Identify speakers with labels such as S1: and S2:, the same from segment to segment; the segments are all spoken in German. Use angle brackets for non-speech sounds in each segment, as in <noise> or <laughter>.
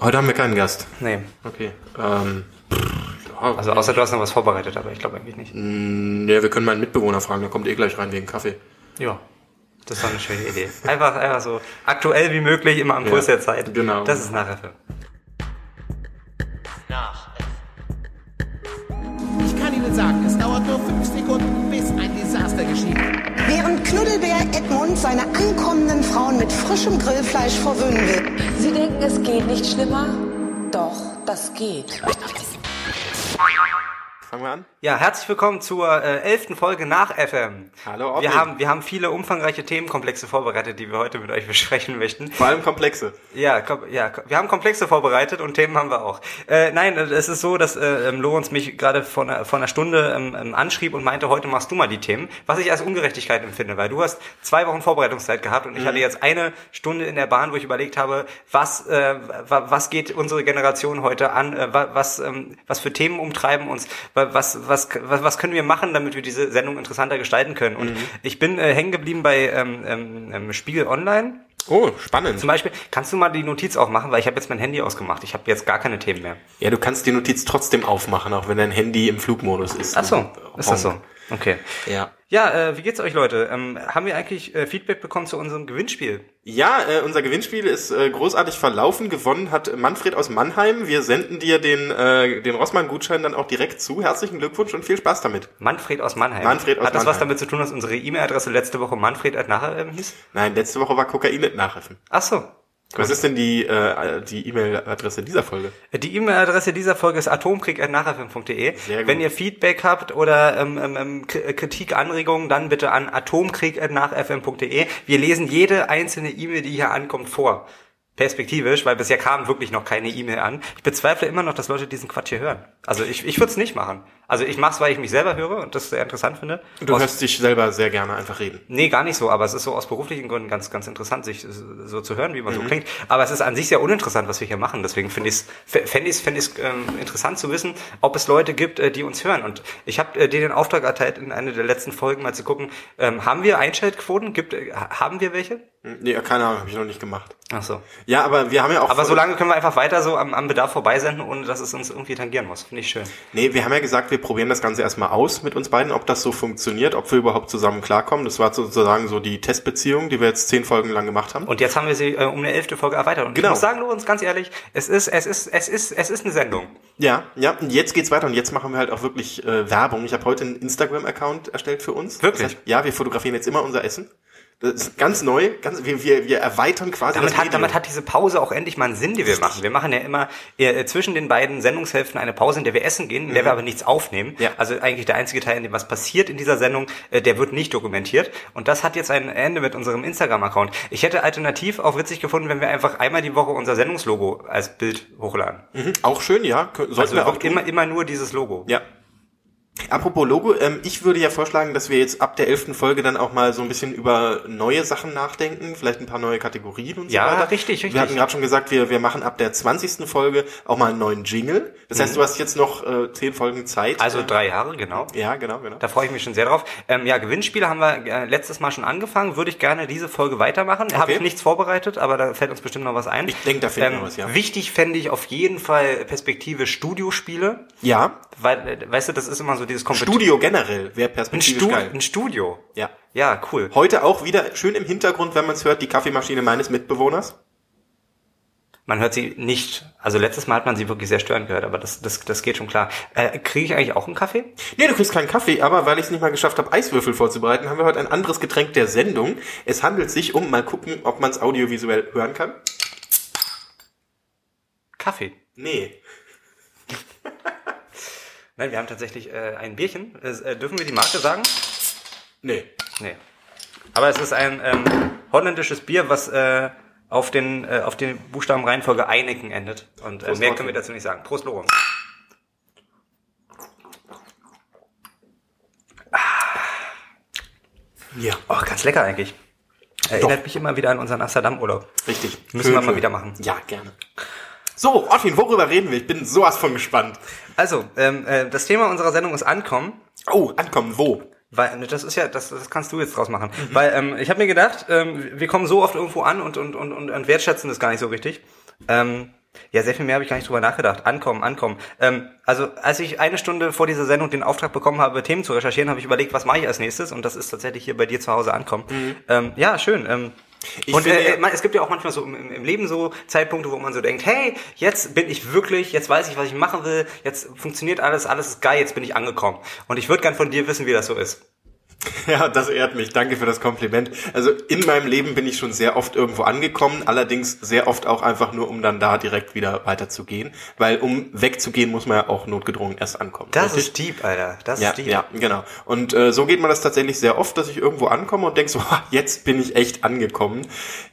S1: Heute haben wir keinen Gast.
S2: Nee.
S1: Okay. Ähm,
S2: Also außer du hast noch was vorbereitet, aber ich glaube eigentlich nicht.
S1: Mhm. ja, wir können meinen Mitbewohner fragen, der kommt eh gleich rein wegen Kaffee.
S2: Ja. Das war eine schöne Idee. Einfach, einfach so aktuell wie möglich, immer am Puls
S1: Ja,
S2: der Zeit.
S1: genau.
S2: Das ist nachher. Film.
S3: nach. Ich kann Ihnen sagen, es dauert nur fünf Sekunden, bis ein Desaster geschieht.
S4: Während Knuddelbär Edmund seine ankommenden Frauen mit frischem Grillfleisch verwöhnen will.
S5: Sie denken, es geht nicht schlimmer? Doch, das geht.
S1: Fangen wir an?
S2: Ja, herzlich willkommen zur äh, elften Folge nach FM.
S1: Hallo, Ortwin.
S2: wir haben, wir haben viele umfangreiche Themenkomplexe vorbereitet, die wir heute mit euch besprechen möchten.
S1: Vor allem komplexe.
S2: Ja, kom ja, kom wir haben Komplexe vorbereitet und Themen haben wir auch. Äh, nein, äh, es ist so, dass äh, ähm, Lorenz mich gerade vor einer, vor einer Stunde ähm, ähm, anschrieb und meinte, heute machst du mal die Themen, was ich als Ungerechtigkeit empfinde, weil du hast zwei Wochen Vorbereitungszeit gehabt und ich hatte jetzt eine Stunde in der Bahn, wo ich überlegt habe, was, äh, wa- was geht unsere Generation heute an, äh, wa- was, ähm, was für Themen umtreiben uns, wa- was, was, was, was können wir machen, damit wir diese Sendung interessanter gestalten können. Und ich bin äh, hängen geblieben bei ähm, ähm, ähm, Spiegel Online.
S1: Oh, spannend.
S2: Zum Beispiel, kannst du mal die Notiz auch machen, weil ich habe jetzt mein Handy ausgemacht. Ich habe jetzt gar keine Themen mehr.
S1: Ja, du kannst die Notiz trotzdem aufmachen, auch wenn dein Handy im Flugmodus ist.
S2: Ach so, ist das so?
S1: Honk.
S2: Okay.
S1: Ja.
S2: Ja, äh, wie geht's euch Leute? Ähm, haben wir eigentlich äh, Feedback bekommen zu unserem Gewinnspiel?
S1: Ja, äh, unser Gewinnspiel ist äh, großartig verlaufen. Gewonnen hat Manfred aus Mannheim. Wir senden dir den, äh, den Rossmann-Gutschein dann auch direkt zu. Herzlichen Glückwunsch und viel Spaß damit.
S2: Manfred aus Mannheim.
S1: Manfred aus
S2: Hat das was
S1: Mannheim.
S2: damit zu tun, dass unsere E-Mail-Adresse letzte Woche Manfred at nachher ähm, hieß?
S1: Nein, letzte Woche war Kokain mit Nachriffen.
S2: Ach so.
S1: Was ist denn die äh, die E-Mail-Adresse dieser Folge?
S2: Die E-Mail-Adresse dieser Folge ist atomkrieg.nachafilm.de.
S1: Sehr gut.
S2: Wenn ihr Feedback habt oder ähm, ähm, ähm, K- äh, Kritik, Anregungen, dann bitte an atomkrieg.nachfm.de. Wir lesen jede einzelne E-Mail, die hier ankommt, vor. Perspektivisch, weil bisher kam wirklich noch keine E-Mail an. Ich bezweifle immer noch, dass Leute diesen Quatsch hier hören. Also ich, ich würde es nicht machen. Also ich mach's, weil ich mich selber höre und das sehr interessant finde.
S1: Du
S2: Aus-
S1: hörst dich selber sehr gerne einfach reden.
S2: Nee, gar nicht so, aber es ist so aus beruflichen Gründen ganz, ganz interessant, sich so zu hören, wie man so klingt. Aber es ist an sich sehr uninteressant, was wir hier machen. Deswegen finde ich es fänd ich's, fänd ich's, ähm, interessant zu wissen, ob es Leute gibt, äh, die uns hören. Und ich habe äh, dir den Auftrag erteilt, in einer der letzten Folgen mal zu gucken, ähm, haben wir Einschaltquoten? Gibt, äh, haben wir welche?
S1: Nee, keine Ahnung, habe ich noch nicht gemacht.
S2: Ach so.
S1: Ja, aber wir haben ja auch.
S2: Aber so lange können wir einfach weiter so am, am Bedarf vorbeisenden, ohne dass es uns irgendwie tangieren muss. Finde ich schön.
S1: Nee, wir haben ja gesagt, wir probieren das Ganze erstmal aus mit uns beiden, ob das so funktioniert, ob wir überhaupt zusammen klarkommen. Das war sozusagen so die Testbeziehung, die wir jetzt zehn Folgen lang gemacht haben.
S2: Und jetzt haben wir sie äh, um eine elfte Folge erweitert. Und
S1: Genau.
S2: ich muss sagen, Lorenz, ganz ehrlich, es ist, es ist, es ist, es ist eine Sendung.
S1: ja, ja, und jetzt geht's weiter und jetzt machen wir halt auch wirklich äh, Werbung. Ich habe heute einen Instagram-Account erstellt für uns.
S2: Wirklich?
S1: Das heißt, ja, wir fotografieren jetzt immer unser Essen. Das ist ganz neu, ganz, wir, wir, wir erweitern quasi
S2: Damit
S1: das
S2: hat,
S1: Medium.
S2: damit hat diese Pause auch endlich mal einen Sinn, die wir machen. Wir machen ja immer äh, zwischen den beiden Sendungshälften eine Pause, in der wir essen gehen, in der wir aber nichts aufnehmen.
S1: Mhm. Ja.
S2: Also eigentlich der einzige Teil, in dem was passiert in dieser Sendung, äh, der wird nicht dokumentiert. Und das hat jetzt ein Ende mit unserem Instagram-Account. Ich hätte alternativ auch witzig gefunden, wenn wir einfach einmal die Woche unser Sendungslogo als Bild hochladen.
S1: auch schön, ja. Kö- Sollten
S2: Also
S1: wir auch
S2: auch immer, immer nur dieses Logo.
S1: Ja. Apropos Logo, ähm, ich würde ja vorschlagen, dass wir jetzt ab der elften Folge dann auch mal so ein bisschen über neue Sachen nachdenken, vielleicht ein paar neue Kategorien und
S2: Ja,
S1: so weiter.
S2: richtig, richtig.
S1: Wir hatten gerade schon gesagt, wir, wir machen ab der 20. Folge auch mal einen neuen Jingle. Das heißt, du hast jetzt noch äh, zehn Folgen Zeit.
S2: Mhm. Also
S1: äh,
S2: drei Jahre, genau.
S1: Ja, genau, genau.
S2: Da freue ich mich schon sehr drauf. Ähm, ja, Gewinnspiele haben wir äh, letztes Mal schon angefangen. Würde ich gerne diese Folge weitermachen. Habe ich nichts vorbereitet, aber da fällt uns bestimmt noch was ein. Ähm,
S1: Ich denk, da finden wir was, ja.
S2: Wichtig fände ich auf jeden Fall Perspektive Studiospiele.
S1: Ja,
S2: Weil, äh, weißt du, das ist immer so dieses Kompet-
S1: Studio generell wäre
S2: Ein,
S1: perspektivisch
S2: Stu
S1: geil.
S2: ein Studio.
S1: Ja.
S2: Ja, cool.
S1: Heute auch wieder schön im Hintergrund, wenn man es hört, die Kaffeemaschine meines Mitbewohners.
S2: Man hört sie nicht. Also letztes Mal hat man sie wirklich sehr störend gehört, aber das, das, das geht schon klar. Äh, Kriege ich eigentlich auch einen Kaffee?
S1: Nee, du kriegst keinen Kaffee, aber weil ich es nicht mal geschafft habe, Eiswürfel vorzubereiten, haben wir heute ein anderes Getränk der Sendung. Es handelt sich um, mal gucken, ob man es audiovisuell hören kann.
S2: Kaffee.
S1: Nee.
S2: Nein, wir haben tatsächlich äh, ein Bierchen. Äh, dürfen wir die Marke sagen?
S1: Nee.
S2: Nee. Aber es ist ein ähm, holländisches Bier, was äh, auf den äh, auf den Buchstaben Reihenfolge Einigen endet. Und äh,
S1: Prost,
S2: mehr
S1: Martin.
S2: können wir dazu nicht sagen. Prost, Lorenz.
S1: Ja.
S2: Oh, ganz lecker eigentlich. Erinnert mich immer wieder an unseren Amsterdam-Urlaub.
S1: Richtig.
S2: Müssen wir mal wieder machen.
S1: Ja, gerne. So, Ortin, worüber reden wir? Ich bin sowas von gespannt.
S2: Also, ähm, äh, das Thema unserer Sendung ist Ankommen.
S1: Oh, ankommen, wo? <laughs>
S2: Weil, ne, das ist ja, das, das kannst du jetzt draus machen. Weil ähm, ich habe mir gedacht, ähm, wir kommen so oft irgendwo an und, und, und, und, und wertschätzen das gar nicht so richtig. Ähm, Ja, sehr viel mehr habe ich gar nicht drüber nachgedacht. Ankommen, ankommen. Ähm, also als ich eine Stunde vor dieser Sendung den Auftrag bekommen habe, Themen zu recherchieren, habe ich überlegt, was mache ich als nächstes? Und das ist tatsächlich hier bei dir zu Hause ankommen. Ähm, ja, schön. Ähm,
S1: Mhm. Ich
S2: und
S1: finde
S2: äh,
S1: ja-
S2: man- es gibt ja auch manchmal so im, im- im Leben so Zeitpunkte, wo man so denkt, hey, jetzt bin ich wirklich, jetzt weiß ich, was ich machen will, jetzt funktioniert alles, alles ist geil, jetzt bin ich angekommen. Und ich würde gern von dir wissen, wie das so ist.
S1: Ja, das ehrt mich. Danke für das Kompliment. Also in meinem Leben bin ich schon sehr oft irgendwo angekommen, allerdings sehr oft auch einfach nur, um dann da direkt wieder weiterzugehen. Weil um wegzugehen, muss man ja auch notgedrungen erst ankommen.
S2: Das
S1: Richtig?
S2: ist deep, Alter. Das
S1: ja,
S2: ist deep.
S1: ja, genau. Und äh, so geht man das tatsächlich sehr oft, dass ich irgendwo ankomme und denke so, <laughs> "Ha, jetzt bin ich echt angekommen.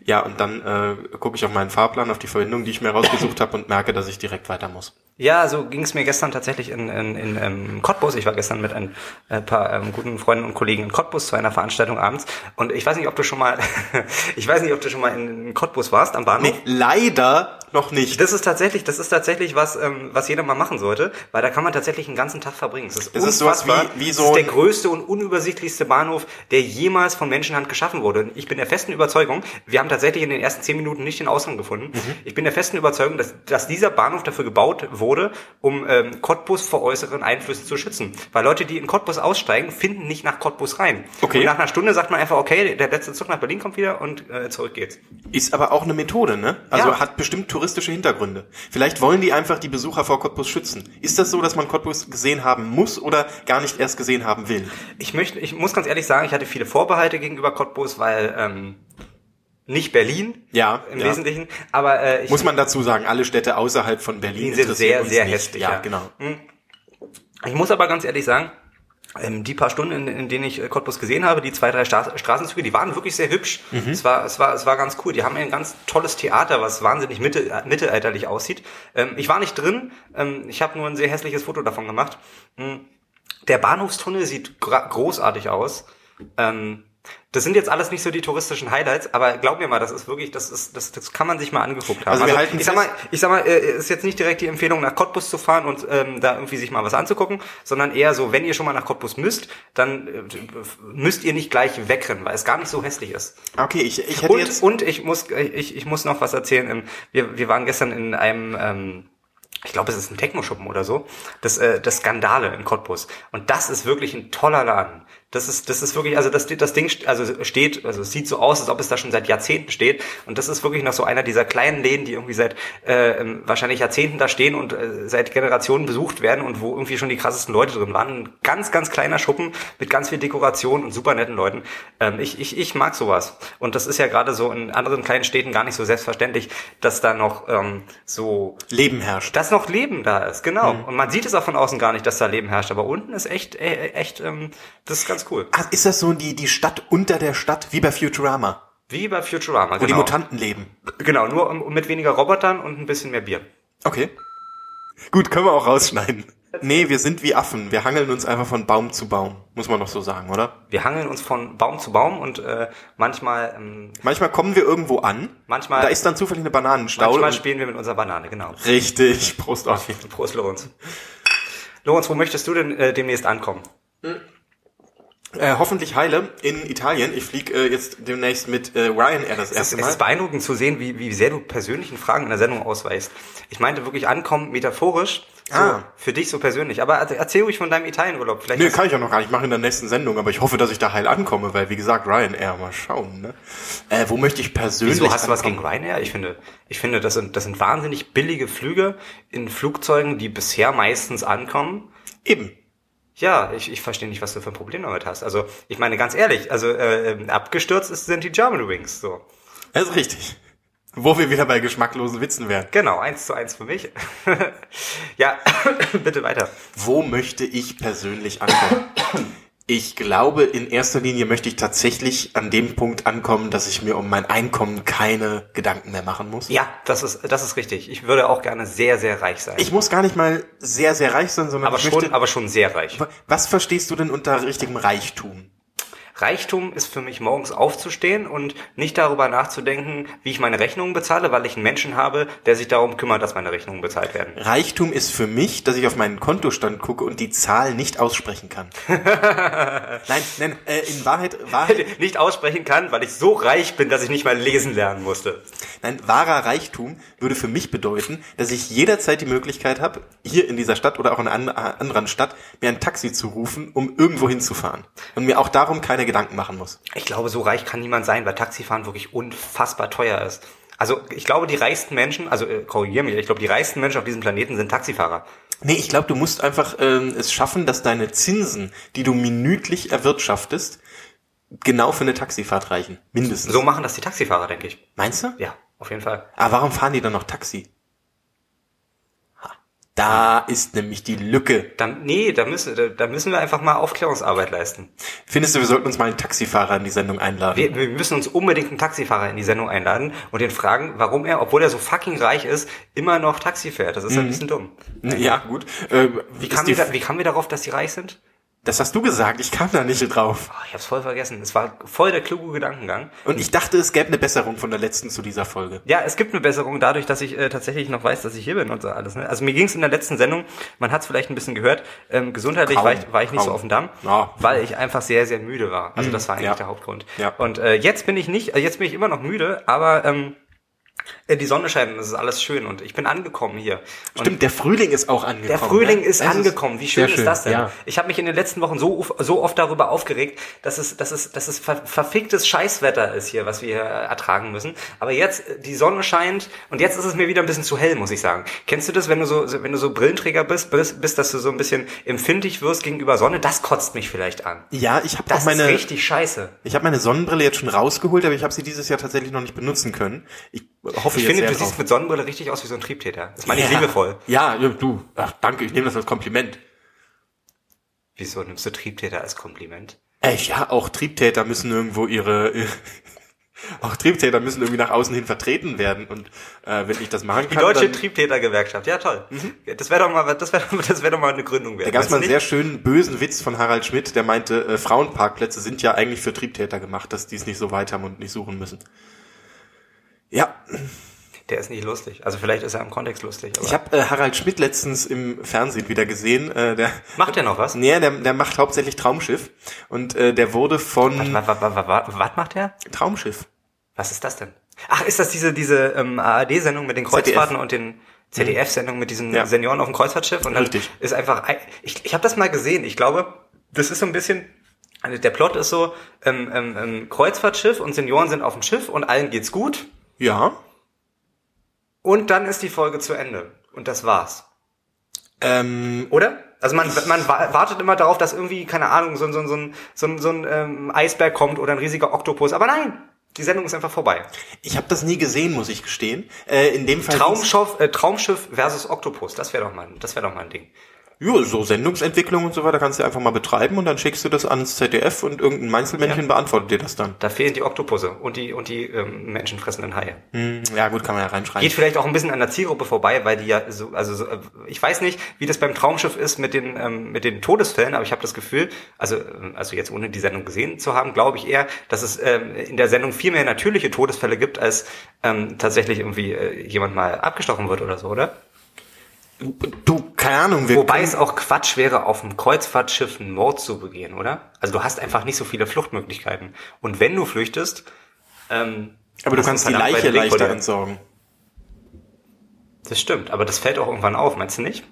S1: Ja, und dann äh, gucke ich auf meinen Fahrplan, auf die Verbindung, die ich mir rausgesucht habe und merke, dass ich direkt weiter muss.
S2: Ja, so ging's mir gestern tatsächlich in, in, in ähm, Cottbus. Ich war gestern mit ein äh, paar ähm, guten Freunden und Kollegen in Cottbus zu einer Veranstaltung abends. Und ich weiß nicht, ob du schon mal, <laughs> ich weiß nicht, ob du schon mal in, in Cottbus warst am Bahnhof.
S1: Nee, leider noch nicht.
S2: Das ist tatsächlich, das ist tatsächlich was, ähm, was jeder mal machen sollte, weil da kann man tatsächlich einen ganzen Tag verbringen. Es ist,
S1: Es ist sowas
S2: unfassbar.
S1: wie- wie
S2: es
S1: so
S2: ist der
S1: ein-
S2: größte und unübersichtlichste Bahnhof, der jemals von Menschenhand geschaffen wurde. Und ich bin der festen Überzeugung, wir haben tatsächlich in den ersten zehn Minuten nicht den Ausgang gefunden.
S1: Mhm.
S2: Ich bin der festen Überzeugung, dass, dass dieser Bahnhof dafür gebaut wurde, um ähm, Cottbus vor äußeren Einflüssen zu schützen. Weil Leute, die in Cottbus aussteigen, finden nicht nach Cottbus rein.
S1: Okay.
S2: Und nach einer Stunde sagt man einfach, okay, der letzte Zug nach Berlin kommt wieder und äh, zurück geht's.
S1: Ist aber auch eine Methode, ne? Also
S2: Ja.
S1: hat bestimmt touristische Hintergründe. Vielleicht wollen die einfach die Besucher vor Cottbus schützen. Ist das so, dass man Cottbus gesehen haben muss oder gar nicht erst gesehen haben will?
S2: Ich möchte, ich muss ganz ehrlich sagen, ich hatte viele Vorbehalte gegenüber Cottbus, weil ähm, nicht Berlin
S1: Ja,
S2: im
S1: ja.
S2: Wesentlichen, aber äh, ich
S1: Muss man dazu sagen, alle Städte außerhalb von Berlin
S2: Die sind
S1: interessieren
S2: sehr,
S1: uns
S2: sehr
S1: nicht.
S2: hässlich,
S1: Ja,
S2: ja.
S1: genau.
S2: Ich muss aber ganz ehrlich sagen, ähm, die paar Stunden, in, in denen ich äh, Cottbus gesehen habe, die zwei, drei Sta Straßenzüge, die waren wirklich sehr hübsch.
S1: Mhm.
S2: Es, war, es, war, es war ganz cool. Die haben ein ganz tolles Theater, was wahnsinnig mitte, äh, mittelalterlich aussieht. Ähm, ich war nicht drin, ähm, ich habe nur ein sehr hässliches Foto davon gemacht. Mhm. Der Bahnhofstunnel sieht gra- großartig aus. Ähm, das sind jetzt alles nicht so die touristischen Highlights, aber glaub mir mal, das ist wirklich, das ist, das, das kann man sich mal angeguckt haben.
S1: Also wir halten
S2: ich sag mal,
S1: fest-
S2: ich sag mal, äh, ist jetzt nicht direkt die Empfehlung, nach Cottbus zu fahren und ähm, da irgendwie sich mal was anzugucken, sondern eher so, wenn ihr schon mal nach Cottbus müsst, dann äh, müsst ihr nicht gleich wegrennen, weil es gar nicht so hässlich ist.
S1: Okay, ich, ich hätte
S2: Und,
S1: jetzt...
S2: und ich muss, ich, ich muss noch was erzählen. Ähm, Wir, wir waren gestern in einem, ähm, ich glaube, es ist ein Techno-Schuppen oder so, das, äh, das Skandale in Cottbus. Und das ist wirklich ein toller Laden. Das ist, das ist wirklich, also das, das Ding st- also steht, also es sieht so aus, als ob es da schon seit Jahrzehnten steht. Und das ist wirklich noch so einer dieser kleinen Läden, die irgendwie seit äh, ähm, wahrscheinlich Jahrzehnten da stehen und äh, seit Generationen besucht werden und wo irgendwie schon die krassesten Leute drin waren. Ein ganz, ganz kleiner Schuppen mit ganz viel Dekoration und super netten Leuten. Ähm, ich, ich, ich mag sowas. Und das ist ja gerade so in anderen kleinen Städten gar nicht so selbstverständlich, dass da noch ähm, so
S1: Leben herrscht.
S2: dass noch Leben da ist, genau.
S1: Mhm.
S2: Und man sieht es auch von außen gar nicht, dass da Leben herrscht. Aber unten ist echt, äh, echt, ähm, das ist ganz cool.
S1: Ah, ist das so die, die Stadt unter der Stadt, wie bei Futurama,
S2: Wie bei Futurama,
S1: wo die
S2: genau.
S1: Mutanten leben?
S2: genau, nur um, mit weniger Robotern und ein bisschen mehr Bier.
S1: Okay. Gut, können wir auch rausschneiden. Nee, wir sind wie Affen. Wir hangeln uns einfach von Baum zu Baum. Muss man doch so sagen, oder?
S2: Wir hangeln uns von Baum zu Baum und äh, manchmal, ähm,
S1: Manchmal kommen wir irgendwo an.
S2: Manchmal-
S1: Da ist dann zufällig eine Bananenstaude.
S2: manchmal
S1: und-
S2: spielen wir mit unserer Banane, genau.
S1: Richtig, Prost auf jeden Fall.
S2: Prost, Lorenz. Lorenz, wo möchtest du denn äh, demnächst ankommen?
S1: Äh, hoffentlich heile in Italien. Ich fliege äh, jetzt demnächst mit äh, Ryanair das
S2: Es,
S1: erste
S2: es ist
S1: Mal.
S2: beeindruckend zu sehen, wie, wie sehr du persönlichen Fragen in der Sendung ausweichst. Ich meinte wirklich ankommen, metaphorisch, so,
S1: Ah.
S2: für dich so persönlich. Aber er- erzähl ruhig von deinem Italienurlaub. Vielleicht
S1: Nee,
S2: hast-
S1: kann ich auch noch gar nicht machen in der nächsten Sendung, aber ich hoffe, dass ich da heil ankomme, weil wie gesagt, Ryanair, mal schauen. Ne? Äh, wo möchte ich persönlich
S2: Wieso hast du was
S1: ankommen?
S2: gegen Ryanair? Ich finde, ich finde, das sind, das sind wahnsinnig billige Flüge in Flugzeugen, die bisher meistens ankommen.
S1: Eben.
S2: Ja, ich, ich verstehe nicht, was du für ein Problem damit hast. Also, ich meine, ganz ehrlich, also äh, ähm, abgestürzt ist, sind die German Wings. So.
S1: Das ist richtig. Wo wir wieder bei geschmacklosen Witzen wären.
S2: Genau, eins zu eins für mich. <laughs> ja, <coughs> bitte weiter.
S1: Wo möchte ich persönlich ankommen? Ich glaube, in erster Linie möchte ich tatsächlich an dem Punkt ankommen, dass ich mir um mein Einkommen keine Gedanken mehr machen muss.
S2: Ja, das ist, das ist richtig. Ich würde auch gerne sehr, sehr reich sein.
S1: Ich muss gar nicht mal sehr, sehr reich sein, sondern
S2: aber
S1: ich
S2: schon,
S1: möchte,
S2: aber schon sehr reich.
S1: Was verstehst du denn unter richtigem Reichtum?
S2: Reichtum ist für mich morgens aufzustehen und nicht darüber nachzudenken, wie ich meine Rechnungen bezahle, weil ich einen Menschen habe, der sich darum kümmert, dass meine Rechnungen bezahlt werden.
S1: Reichtum ist für mich, dass ich auf meinen Kontostand gucke und die Zahl nicht aussprechen
S2: <laughs>
S1: kann. nein, nein, äh, in Wahrheit, Wahrheit,
S2: <laughs> Nicht aussprechen kann, weil ich so reich bin, dass ich nicht mal lesen lernen musste.
S1: nein, wahrer Reichtum würde für mich bedeuten, dass ich jederzeit die Möglichkeit habe, hier in dieser Stadt oder auch in einer anderen Stadt mir ein Taxi zu rufen, um irgendwo hinzufahren und mir auch darum keine Gedanken machen muss.
S2: Ich glaube, so reich kann niemand sein, weil Taxifahren wirklich unfassbar teuer ist. Also ich glaube, die reichsten Menschen, also äh, korrigiere mich, ich glaube, die reichsten Menschen auf diesem Planeten sind Taxifahrer.
S1: Nee, ich glaube, du musst einfach ähm, es schaffen, dass deine Zinsen, die du minütlich erwirtschaftest, genau für eine Taxifahrt reichen. Mindestens.
S2: So machen das die Taxifahrer, denke ich.
S1: Meinst du?
S2: Ja, auf jeden Fall.
S1: Aber warum fahren die dann noch Taxi? Ha, Da ist nämlich die Lücke.
S2: Dann, nee, da müssen, da- da müssen wir einfach mal Aufklärungsarbeit leisten.
S1: Findest du, wir sollten uns mal einen Taxifahrer in die Sendung einladen?
S2: Wir, wir müssen uns unbedingt einen Taxifahrer in die Sendung einladen und ihn fragen, warum er, obwohl er so fucking reich ist, immer noch Taxi fährt. Das ist ein bisschen dumm.
S1: ja, gut. Ähm,
S2: Wie
S1: Mhm. ist
S2: kamen,
S1: die
S2: wir da, wie kamen wir darauf, dass die reich sind?
S1: das hast du gesagt, ich kam da nicht drauf.
S2: Oh, ich hab's voll vergessen. Es war voll der kluge Gedankengang.
S1: Und ich dachte, es gäbe eine Besserung von der letzten zu dieser Folge.
S2: Ja, es gibt eine Besserung dadurch, dass ich äh, tatsächlich noch weiß, dass ich hier bin und so alles. Ne? Also mir ging's in der letzten Sendung, man hat's vielleicht ein bisschen gehört, ähm, gesundheitlich
S1: Kaum,
S2: war ich, war ich nicht
S1: kaum.
S2: so auf dem Damm,
S1: Ja. Mhm.
S2: weil ich einfach sehr, sehr müde war. Also das war eigentlich
S1: ja.
S2: der Hauptgrund.
S1: Ja.
S2: Und äh, jetzt bin ich nicht, äh, jetzt bin ich immer noch müde, aber ähm, äh, die Sonne scheint und es ist alles schön und ich bin angekommen hier. Und
S1: Stimmt, der Frühling ist auch angekommen.
S2: der Frühling
S1: ne?
S2: ist
S1: Das
S2: angekommen. Wie schön,
S1: sehr
S2: ist das denn?
S1: Ja.
S2: Ich habe mich in den letzten Wochen so, uf- so oft darüber aufgeregt, dass es, dass es, dass es ver verficktes Scheißwetter ist hier, was wir hier äh, ertragen müssen. Aber jetzt äh, die Sonne scheint und jetzt ist es mir wieder ein bisschen zu hell, muss ich sagen. Kennst du das, wenn du so, so- wenn du so Brillenträger bist, bist, bist, dass du so ein bisschen empfindlich wirst gegenüber Sonne? Das kotzt mich vielleicht an.
S1: ja, ich habe auch
S2: Das ist
S1: meine,
S2: richtig scheiße.
S1: ich habe meine Sonnenbrille jetzt schon rausgeholt, aber ich habe sie dieses Jahr tatsächlich noch nicht benutzen können. Ich hoffe
S2: Ich
S1: jetzt
S2: finde,
S1: sehr
S2: du
S1: drauf.
S2: siehst mit Sonnenbrille richtig aus wie so ein Triebtäter. Das meine ich liebevoll.
S1: Ja, ja, du. Ach, danke, ich nehme das als Kompliment.
S2: Wieso nimmst du Triebtäter als Kompliment?
S1: Echt, ja, auch Triebtäter müssen irgendwo ihre. <laughs> auch Triebtäter müssen irgendwie nach außen hin vertreten werden. Und äh, wenn ich das machen
S2: Die
S1: kann.
S2: deutsche
S1: dann, Mhm.
S2: Triebtätergewerkschaft, ja toll. Ja, Das wäre doch mal, das wäre das wär <laughs> doch mal eine Gründung wert.
S1: da gab es mal einen
S2: Weißt du
S1: sehr
S2: nicht?
S1: schönen bösen Witz von Harald Schmidt, der meinte, äh, Frauenparkplätze sind ja eigentlich für Triebtäter gemacht, dass die es nicht so weit haben und nicht suchen müssen. Ja,
S2: der ist nicht lustig. Also vielleicht ist er im Kontext lustig. Aber
S1: ich habe äh, Harald Schmidt letztens im Fernsehen wieder gesehen. Äh, der,
S2: macht er noch was?
S1: nee, der, der macht hauptsächlich Traumschiff. Und äh, der wurde von
S2: Wa- wa- wa- wa- wa- Was macht er?
S1: Traumschiff.
S2: Was ist das denn? Ach, ist das diese diese ähm, ARD-Sendung mit den Kreuzfahrten und den ZDF-Sendung mit diesen
S1: Mhm. Ja.
S2: Senioren auf dem Kreuzfahrtschiff? Und dann
S1: Richtig.
S2: ist einfach. ein- Ich, ich habe das mal gesehen. Ich glaube, das ist so ein bisschen. also Der Plot ist so: ähm, ähm, ähm, Kreuzfahrtschiff und Senioren sind auf dem Schiff und allen geht's gut.
S1: Ja.
S2: Und dann ist die Folge zu Ende. Und das war's.
S1: Ähm,
S2: Oder? Also man, man wa- wartet immer darauf, dass irgendwie, keine Ahnung, so ein, so ein, so ein, so ein, so ein ähm, Eisberg kommt oder ein riesiger Oktopus. Aber nein, die Sendung ist einfach vorbei.
S1: Ich habe das nie gesehen, muss ich gestehen. Äh, in dem Fall ging's-
S2: Traumschiff, äh, Traumschiff versus Oktopus, das wäre doch, mal- das wär doch mal ein Ding.
S1: Ja, so Sendungsentwicklung und so weiter kannst du einfach mal betreiben und dann schickst du das ans ZDF und irgendein Meinzelmännchen beantwortet dir das dann.
S2: Da fehlen die Oktopusse und die, und die ähm, menschenfressenden Haie.
S1: Hm, ja, gut, kann man ja reinschreiben.
S2: Geht vielleicht auch ein bisschen an der Zielgruppe vorbei, weil die ja so, also so, äh, ich weiß nicht, wie das beim Traumschiff ist mit den ähm, mit den Todesfällen, aber ich habe das Gefühl, also ähm, also jetzt ohne die Sendung gesehen zu haben, glaube ich eher, dass es ähm, in der Sendung viel mehr natürliche Todesfälle gibt, als ähm, tatsächlich irgendwie äh, jemand mal abgestochen wird oder so, oder?
S1: du, keine Ahnung, wir
S2: Wobei
S1: können-
S2: es auch Quatsch wäre, auf einem Kreuzfahrtschiff einen Mord zu begehen, oder? Also du hast einfach nicht so viele Fluchtmöglichkeiten. Und wenn du flüchtest, ähm,
S1: aber du
S2: hast
S1: kannst die
S2: einen verdammt
S1: Leiche
S2: weiten Weg vor
S1: leichter
S2: dir.
S1: entsorgen. <laughs>
S2: Das stimmt, aber das fällt auch irgendwann auf, meinst du nicht?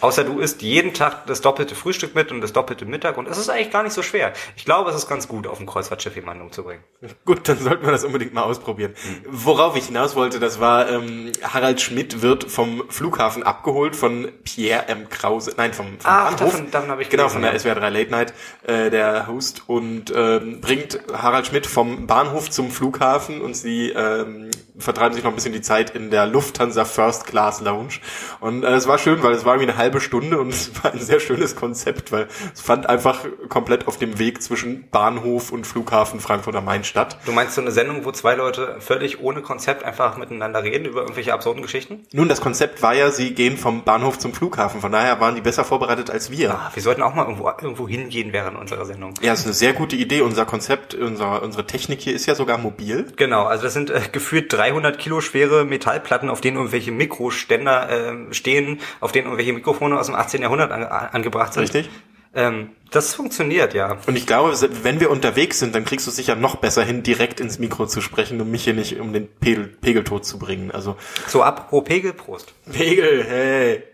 S2: Außer du isst jeden Tag das doppelte Frühstück mit und das doppelte Mittag und es ist eigentlich gar nicht so schwer. Ich glaube, es ist ganz gut, auf dem Kreuzfahrtschiff jemanden umzubringen.
S1: Gut, dann sollten wir das unbedingt mal ausprobieren.
S2: Hm.
S1: Worauf ich hinaus wollte, das war, ähm, Harald Schmidt wird vom Flughafen abgeholt von Pierre M. Krause, nein, vom, vom
S2: Ah,
S1: Bahnhof.
S2: davon- davon habe ich
S1: Genau,
S2: gelesen,
S1: von der
S2: ja.
S1: SWR 3 Late Night, äh, der Host, und ähm, bringt Harald Schmidt vom Bahnhof zum Flughafen und sie ähm, vertreiben sich noch ein bisschen die Zeit in der Lufthansa First Class Lounge. Und äh, es war schön, weil es war irgendwie eine halbe halbe Stunde und <laughs> es war ein sehr schönes Konzept, weil es fand einfach komplett auf dem Weg zwischen Bahnhof und Flughafen Frankfurt am Main statt.
S2: Du meinst so eine Sendung, wo zwei Leute völlig ohne Konzept einfach miteinander reden über irgendwelche absurden Geschichten?
S1: Nun, das Konzept war ja, sie gehen vom Bahnhof zum Flughafen, von daher waren die besser vorbereitet als wir.
S2: Ah, Wir sollten auch mal irgendwo, irgendwo hingehen während unserer Sendung.
S1: Ja, ist eine sehr gute Idee. Unser Konzept, unser, unsere Technik hier ist ja sogar mobil.
S2: Genau, also das sind äh, gefühlt 300 Kilo schwere Metallplatten, auf denen irgendwelche Mikroständer ähm, stehen, auf denen irgendwelche Mikrofone aus dem 18. Jahrhundert an, a- angebracht sind.
S1: Richtig.
S2: Ähm, das funktioniert, ja.
S1: Und ich glaube, se- wenn wir unterwegs sind, dann kriegst du es sicher noch besser hin, direkt ins Mikro zu sprechen, um mich hier nicht um den Pegel, Pegeltod zu bringen. Also,
S2: So, ab Pegel, Prost.
S1: Pegel, hey.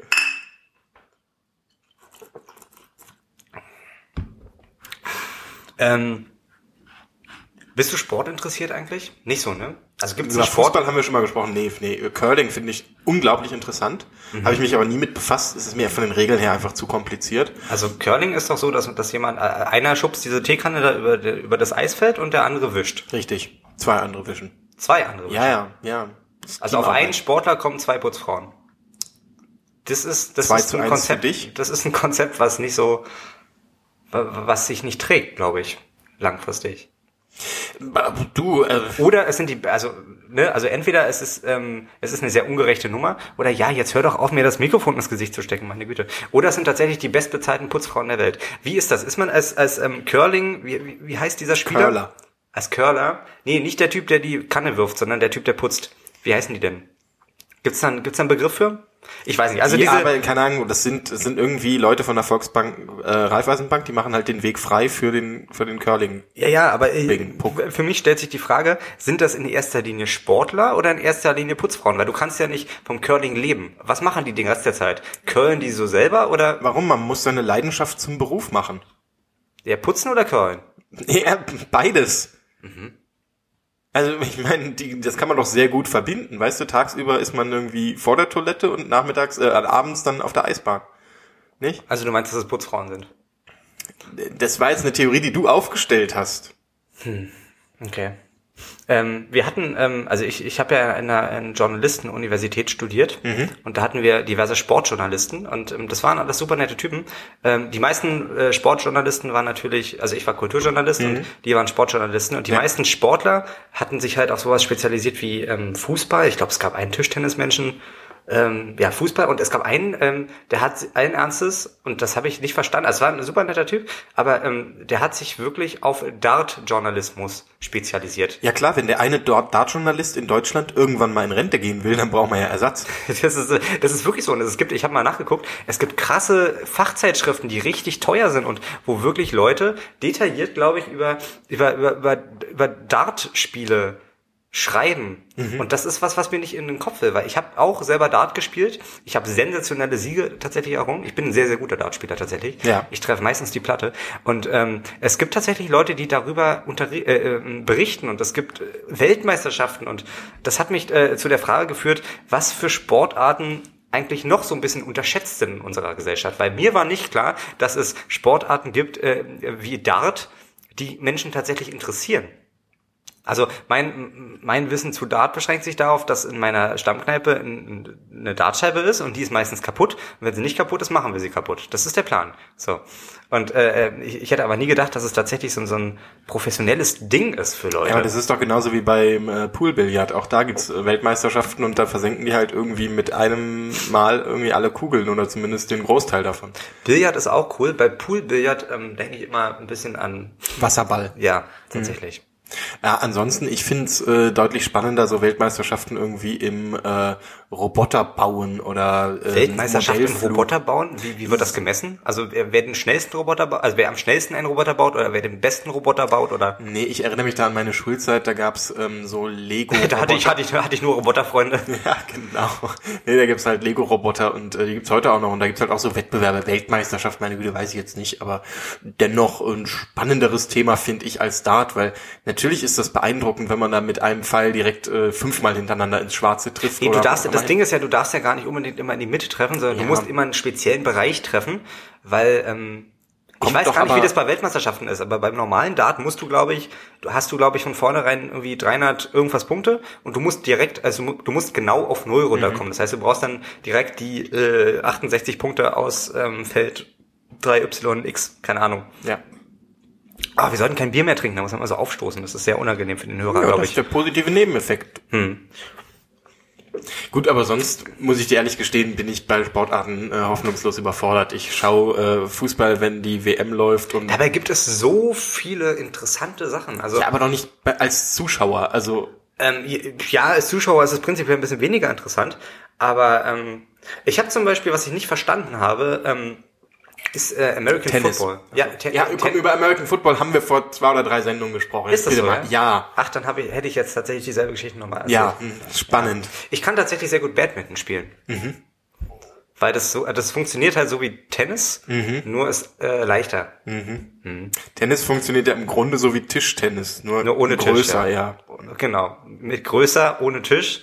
S2: Ähm, bist du sportinteressiert eigentlich? Nicht so, ne? Also gibt es
S1: Über
S2: Sport?
S1: Fußball haben wir schon mal gesprochen. Nee, nee. Curling finde ich unglaublich interessant. Habe ich mich aber nie mit befasst. Es ist mir von den Regeln her einfach zu kompliziert.
S2: Also Curling ist doch so, dass, dass jemand, äh, einer schubst diese Teekanne da über, über das Eisfeld und der andere wischt.
S1: Richtig. Zwei andere wischen.
S2: Zwei andere wischen.
S1: Ja, genau. ja, ja.
S2: Also auf einen Sportler kommen zwei Putzfrauen. Das ist das
S1: Zwei
S2: ist
S1: zu
S2: ein
S1: eins
S2: Konzept.
S1: für dich?
S2: Das ist ein Konzept, was nicht so wa- was sich nicht trägt, glaube ich, langfristig.
S1: Du, äh,
S2: Oder es sind die also ne, also entweder es ist ähm, es ist eine sehr ungerechte Nummer oder ja, jetzt hör doch auf mir das Mikrofon ins Gesicht zu stecken, meine Güte. Oder es sind tatsächlich die bestbezahlten Putzfrauen der Welt. Wie ist das? Ist man als als ähm, Curling, wie, wie, wie heißt dieser Spieler?
S1: Curler.
S2: Als Curler? Nee, nicht der Typ, der die Kanne wirft, sondern der Typ, der putzt. Wie heißen die denn? Gibt's da, einen- gibt's da einen Begriff für? Ich weiß nicht. Also
S1: die
S2: diese
S1: arbeiten, keine Ahnung, das sind, das sind irgendwie Leute von der Volksbank, äh, Raiffeisenbank, die machen halt den Weg frei für den, für den Curling.
S2: Ja, ja, aber äh,
S1: Wegen Puck.
S2: für mich stellt sich die Frage, sind das in erster Linie Sportler oder in erster Linie Putzfrauen? Weil du kannst ja nicht vom Curling leben. Was machen die den Rest der Zeit? Curlen die so selber oder
S1: Warum? Man muss seine Leidenschaft zum Beruf machen.
S2: ja, putzen oder curlen?
S1: Ja, beides. Mhm. Also ich meine, die, das kann man doch sehr gut verbinden. Weißt du, tagsüber ist man irgendwie vor der Toilette und nachmittags, äh, abends dann auf der Eisbahn. Nicht?
S2: Also du meinst, dass es Putzfrauen sind?
S1: Das war jetzt eine Theorie, die du aufgestellt hast.
S2: Okay. Ähm, wir hatten, ähm, also ich, ich habe ja an einer, einer Journalisten-Universität studiert und da hatten wir diverse Sportjournalisten und ähm, das waren alles super nette Typen. Ähm, die meisten äh, Sportjournalisten waren natürlich, also ich war Kulturjournalist und die waren Sportjournalisten und die meisten Sportler hatten sich halt auf sowas spezialisiert wie ähm, Fußball. Ich glaube, es gab einen Tischtennismenschen, ähm, ja, Fußball und es gab einen, ähm, der hat allen Ernstes, und das habe ich nicht verstanden, also es war ein super netter Typ, aber ähm, der hat sich wirklich auf Dart-Journalismus spezialisiert.
S1: Ja klar, wenn der eine dort Dart-Journalist in Deutschland irgendwann mal in Rente gehen will, dann braucht man ja Ersatz.
S2: <laughs> Das ist, äh, das ist wirklich so. Und es gibt, ich habe mal nachgeguckt, es gibt krasse Fachzeitschriften, die richtig teuer sind und wo wirklich Leute detailliert, glaube ich, über, über, über, über, über Dartspiele schreiben. Und das ist was, was mir nicht in den Kopf will, weil ich habe auch selber Dart gespielt. Ich habe sensationelle Siege tatsächlich errungen. Ich bin ein sehr, sehr guter Dartspieler tatsächlich.
S1: Ja.
S2: Ich treffe meistens die Platte. Und ähm, es gibt tatsächlich Leute, die darüber unterri- äh, ähm, berichten und es gibt äh, Weltmeisterschaften. Und das hat mich äh, zu der Frage geführt, was für Sportarten eigentlich noch so ein bisschen unterschätzt sind in unserer Gesellschaft. Weil mir war nicht klar, dass es Sportarten gibt äh, wie Dart, die Menschen tatsächlich interessieren. Also mein, mein Wissen zu Dart beschränkt sich darauf, dass in meiner Stammkneipe ein- eine Dartscheibe ist und die ist meistens kaputt. Und wenn sie nicht kaputt ist, machen wir sie kaputt. Das ist der Plan. So. Und äh, äh, ich, ich hätte aber nie gedacht, dass es tatsächlich so, ein- so ein professionelles Ding ist für Leute.
S1: Ja, aber das ist doch genauso wie beim äh, Poolbillard. Auch da gibt's äh, Weltmeisterschaften und da versenken die halt irgendwie mit einem Mal irgendwie alle Kugeln oder zumindest den Großteil davon.
S2: Billard ist auch cool. Bei Poolbillard ähm, denke ich immer ein bisschen an.
S1: Wasserball.
S2: Ja, tatsächlich.
S1: Hm. Ja, ansonsten, ich find's äh, deutlich spannender, so Weltmeisterschaften irgendwie im äh, Roboter bauen oder äh,
S2: Weltmeisterschaft im
S1: Modellflug.
S2: Roboter bauen? Wie, wie wird das gemessen? Also wer, wer den schnellsten Roboter baut, also wer am schnellsten einen Roboter baut oder wer den besten Roboter baut oder
S1: Nee, ich erinnere mich da an meine Schulzeit, da gab's ähm, so Lego.
S2: <laughs> <laughs> da hatte
S1: <laughs>
S2: ich, hatte ich, hatte ich nur Roboterfreunde.
S1: Ja, genau. Nee, da gibt's halt Lego-Roboter und äh, die gibt's heute auch noch. Und da gibt's halt auch so Wettbewerbe, Weltmeisterschaft, meine Güte, weiß ich jetzt nicht. Aber dennoch ein spannenderes Thema finde ich als Dart, weil natürlich ist das beeindruckend, wenn man da mit einem Pfeil direkt äh, fünfmal hintereinander ins Schwarze trifft.
S2: Nee, du
S1: oder
S2: darfst,
S1: was auch
S2: das
S1: immer.
S2: Ding ist ja, du darfst ja gar nicht unbedingt immer in die Mitte treffen, sondern
S1: Ja.
S2: du musst immer einen speziellen Bereich treffen, weil ähm, Ich
S1: Kommt
S2: weiß
S1: doch
S2: gar nicht, wie
S1: aber-
S2: das bei Weltmeisterschaften ist, aber beim normalen Dart musst du, glaube ich, du hast du, glaube ich, von vornherein irgendwie 300 irgendwas Punkte und du musst direkt, also du musst genau auf
S1: Mhm.
S2: Null runterkommen. Das heißt, du brauchst dann direkt die äh, 68 Punkte aus ähm, Feld 3YX, keine Ahnung.
S1: Ja.
S2: Ah, wir sollten kein Bier mehr trinken, da muss man mal so aufstoßen. Das ist sehr unangenehm für den Hörer,
S1: Ja,
S2: glaube
S1: das
S2: ich.
S1: ist der positive Nebeneffekt. Hm. Gut, aber sonst muss ich dir ehrlich gestehen, bin ich bei Sportarten äh, hoffnungslos überfordert. Ich schaue äh, Fußball, wenn die WM läuft und
S2: Dabei gibt es so viele interessante Sachen. Also
S1: ja, aber doch nicht bei, als Zuschauer. Also
S2: Ähm, ja, als Zuschauer ist es prinzipiell ein bisschen weniger interessant, aber ähm, ich habe zum Beispiel, was ich nicht verstanden habe, ähm, ist äh, American
S1: Tennis.
S2: Football. Ja, te
S1: ja,
S2: te-
S1: komm, über American Football haben wir vor zwei oder drei Sendungen gesprochen.
S2: ist das
S1: Bitte
S2: so,
S1: mal. Ja,
S2: Ach, dann hab ich, hätte ich jetzt tatsächlich dieselbe Geschichte nochmal. erzählt.
S1: ja, hm, spannend.
S2: Ich kann tatsächlich sehr gut Badminton spielen.
S1: Mhm.
S2: Weil das so, das funktioniert halt so wie Tennis,
S1: Mhm.
S2: nur ist äh, leichter.
S1: Tennis funktioniert ja im Grunde so wie Tischtennis, nur,
S2: Nur ohne Tisch,
S1: größer,
S2: ja.
S1: ja.
S2: Genau. Mit größer, ohne Tisch,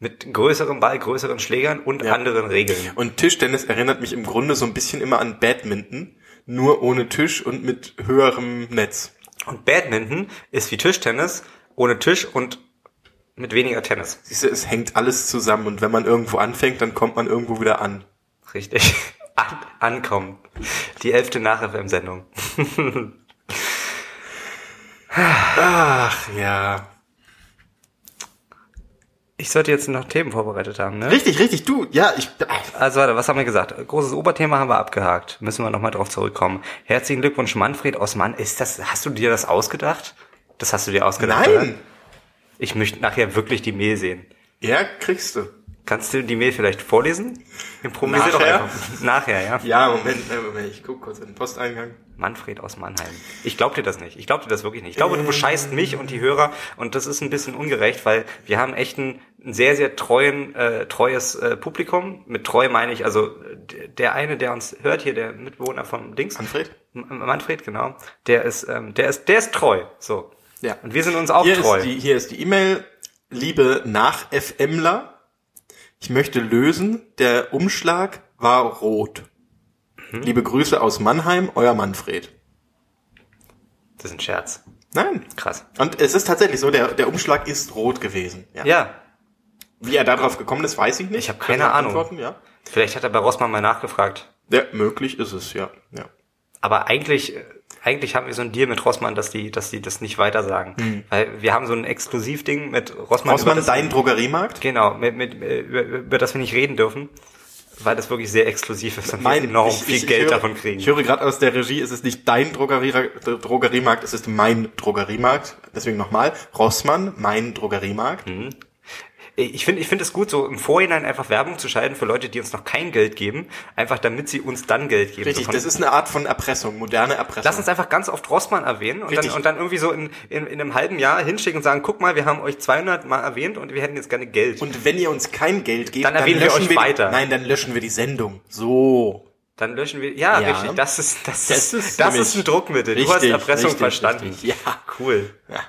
S2: mit größerem Ball, größeren Schlägern und anderen Regeln.
S1: Und Tischtennis erinnert mich im Grunde so ein bisschen immer an Badminton, nur ohne Tisch und mit höherem Netz.
S2: Und Badminton ist wie Tischtennis, ohne Tisch und mit weniger Tennis.
S1: Siehst du, es hängt alles zusammen und wenn man irgendwo anfängt, dann kommt man irgendwo wieder an.
S2: Richtig. <laughs> An ankommen. Die elfte Nachhilfe-Sendung.
S1: Ach ja.
S2: Ich sollte jetzt noch Themen vorbereitet haben, ne?
S1: Richtig, richtig, du. Ja, Ah, ich. ach,
S2: Also warte, was haben wir gesagt? Großes Oberthema haben wir abgehakt. Müssen wir nochmal drauf zurückkommen. Herzlichen Glückwunsch, Manfred Osman. Ist das, hast du dir das ausgedacht? Das hast du dir ausgedacht, Oder?
S1: Nein!
S2: Ich möchte nachher wirklich die Mail sehen.
S1: Ja, kriegst du.
S2: Kannst du die Mail vielleicht vorlesen? Improvisier doch
S1: Nachher?
S2: einfach. Nachher, ja.
S1: Ja, Moment, äh, Moment, ich guck kurz in den Posteingang.
S2: Manfred aus Mannheim. Ich glaub dir das nicht. Ich glaub dir das wirklich nicht. Ich glaube,
S1: Äh.
S2: du bescheißt mich und die Hörer und das ist ein bisschen ungerecht, weil wir haben echt ein, ein sehr, sehr treuen, äh, treues äh, Publikum. Mit treu meine ich, also äh, d- der eine, der uns hört hier, der Mitbewohner von Dings.
S1: Manfred?
S2: M M- Manfred, genau. Der ist, ähm, der ist, der ist treu. So.
S1: Ja.
S2: Und wir sind uns auch
S1: Hier
S2: treu.
S1: ist die, hier ist die E-Mail. Liebe Nach-FMler, ich möchte lösen. Der Umschlag war rot. Liebe Grüße aus Mannheim, euer Manfred.
S2: Das ist ein Scherz.
S1: Nein.
S2: Krass.
S1: Und es ist tatsächlich so, der, der Umschlag ist rot gewesen.
S2: Ja.
S1: Wie er darauf gekommen ist, weiß ich nicht.
S2: Ich hab
S1: Kann
S2: keine
S1: man
S2: Ahnung.
S1: antworten, Ja.
S2: Vielleicht hat er bei Rossmann mal nachgefragt.
S1: ja, möglich ist es, ja. ja.
S2: Aber eigentlich, äh, eigentlich haben wir so einen Deal mit Rossmann, dass die, dass die das nicht weiter sagen. Weil wir haben so ein Exklusivding mit Rossmann.
S1: Mhm.
S2: über
S1: Rossmann,
S2: das-
S1: dein Drogeriemarkt?
S2: Genau, mit, mit, äh, über, über das wir nicht reden dürfen, weil das wirklich sehr exklusiv ist und wir
S1: Mein,
S2: enorm viel Geld
S1: höre,
S2: davon kriegen.
S1: Ich höre gerade aus der Regie, es ist nicht dein Drogerie, Drogeriemarkt, es ist mein Drogeriemarkt. Deswegen nochmal, Rossmann, mein Drogeriemarkt.
S2: Ich finde, ich finde es gut, so im Vorhinein einfach Werbung zu schalten für Leute, die uns noch kein Geld geben, einfach damit sie uns dann Geld geben.
S1: Richtig,
S2: So von-
S1: das ist eine Art von Erpressung, moderne Erpressung.
S2: Lass uns einfach ganz oft Rossmann erwähnen und dann,
S1: Richtig.
S2: und dann irgendwie so in, in, in einem halben Jahr hinschicken und sagen, guck mal, wir haben euch 200 Mal erwähnt und wir hätten jetzt gerne Geld.
S1: und wenn ihr uns kein Geld gebt,
S2: Dann erwähnen wir
S1: löschen
S2: euch
S1: die-
S2: weiter.
S1: Nein, dann löschen wir die Sendung. So.
S2: Dann löschen wir. Ja,
S1: Ja.
S2: richtig. Das ist
S1: Das
S2: das, das
S1: ist
S2: ist das
S1: nämlich-
S2: ist ein Druckmittel. du hast
S1: Richtig,
S2: Erpressung
S1: richtig,
S2: verstanden.
S1: richtig. Ja.
S2: cool.
S1: Ja.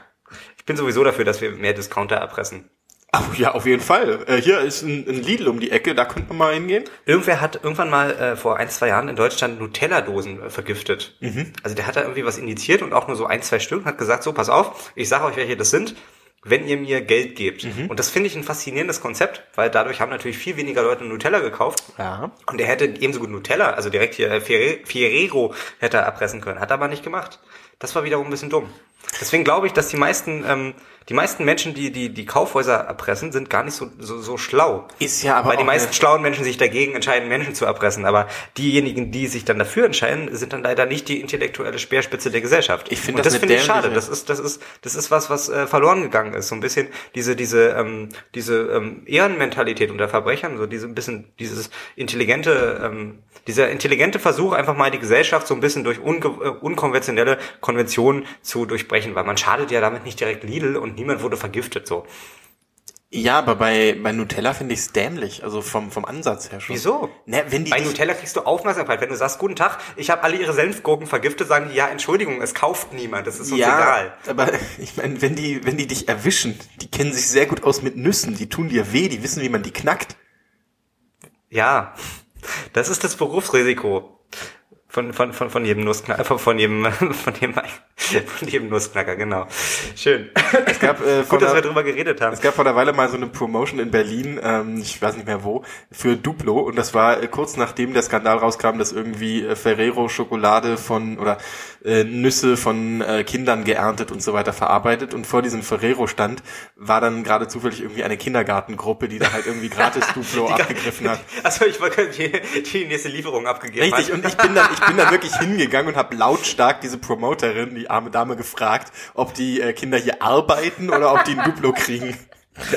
S2: Ich bin sowieso dafür, dass wir mehr Discounter erpressen.
S1: Ach, ja, auf jeden Fall. Äh, hier ist ein, ein Lidl um die Ecke, da könnte man mal hingehen.
S2: Irgendwer hat irgendwann mal äh, vor ein zwei Jahren in Deutschland Nutella-Dosen äh, vergiftet. Also der hat da irgendwie was indiziert und auch nur so ein zwei Stück und hat gesagt: So, pass auf, ich sage euch, welche das sind, wenn ihr mir Geld gebt. Und das finde ich ein faszinierendes Konzept, weil dadurch haben natürlich viel weniger Leute Nutella gekauft.
S1: Ja.
S2: Und er hätte ebenso gut Nutella, also direkt hier äh, Fiere- Ferrero hätte er erpressen können, hat er aber nicht gemacht. Das war wiederum ein bisschen dumm. Deswegen glaube ich, dass die meisten, ähm, die meisten Menschen, die, die die Kaufhäuser erpressen, sind gar nicht so, so, so schlau.
S1: Ist ja aber
S2: Weil die
S1: auch
S2: meisten
S1: eine-
S2: schlauen Menschen sich dagegen entscheiden, Menschen zu erpressen. Aber diejenigen, die sich dann dafür entscheiden, sind dann leider nicht die intellektuelle Speerspitze der Gesellschaft.
S1: Ich find
S2: Und
S1: das
S2: das
S1: eine
S2: finde ich schade.
S1: dämliche-
S2: Das ist, das ist, das ist was, was äh, verloren gegangen ist. So ein bisschen diese, diese, ähm, diese ähm, Ehrenmentalität unter Verbrechern, so diese ein bisschen dieses intelligente, ähm, dieser intelligente Versuch, einfach mal die Gesellschaft so ein bisschen durch unge äh, unkonventionelle Konventionen zu durchbrechen, weil man schadet ja damit nicht direkt Lidl und niemand wurde vergiftet. So.
S1: Ja, aber bei, bei Nutella finde ich es dämlich, also vom, vom Ansatz her schon.
S2: Wieso?
S1: Na, wenn die
S2: Bei
S1: dich-
S2: Nutella kriegst du Aufmerksamkeit. Wenn du sagst, guten Tag, ich habe alle ihre Senfgurken vergiftet, sagen die, ja, Entschuldigung, es kauft niemand, das ist uns
S1: ja,
S2: egal.
S1: aber <laughs> ich meine, wenn die, wenn die dich erwischen, die kennen sich sehr gut aus mit Nüssen, die tun dir weh, die wissen, wie man die knackt.
S2: Ja, das ist das Berufsrisiko. Von, von, von, von jedem Nussknacker, von, von jedem, <laughs> von jedem, von jedem Nussknacker, genau. Schön.
S1: Es gab, äh, vor
S2: Gut, dass wir
S1: einer-
S2: drüber geredet haben.
S1: Es gab vor einer Weile mal so eine Promotion in Berlin, ähm, ich weiß nicht mehr wo, für Duplo und das war äh, kurz nachdem der Skandal rauskam, dass irgendwie äh, Ferrero Schokolade von oder äh, Nüsse von äh, Kindern geerntet und so weiter verarbeitet und vor diesem Ferrero Stand war dann gerade zufällig irgendwie eine Kindergartengruppe, die da halt irgendwie gratis Duplo abgegriffen
S2: <laughs>
S1: hat.
S2: Also ich wollte die, die nächste Lieferung abgegeben
S1: Richtig,
S2: hat.
S1: und ich bin dann, ich bin dann wirklich hingegangen und habe lautstark diese Promoterin, die arme Dame, gefragt, ob die äh, Kinder hier arbeiten oder ob die ein Duplo kriegen.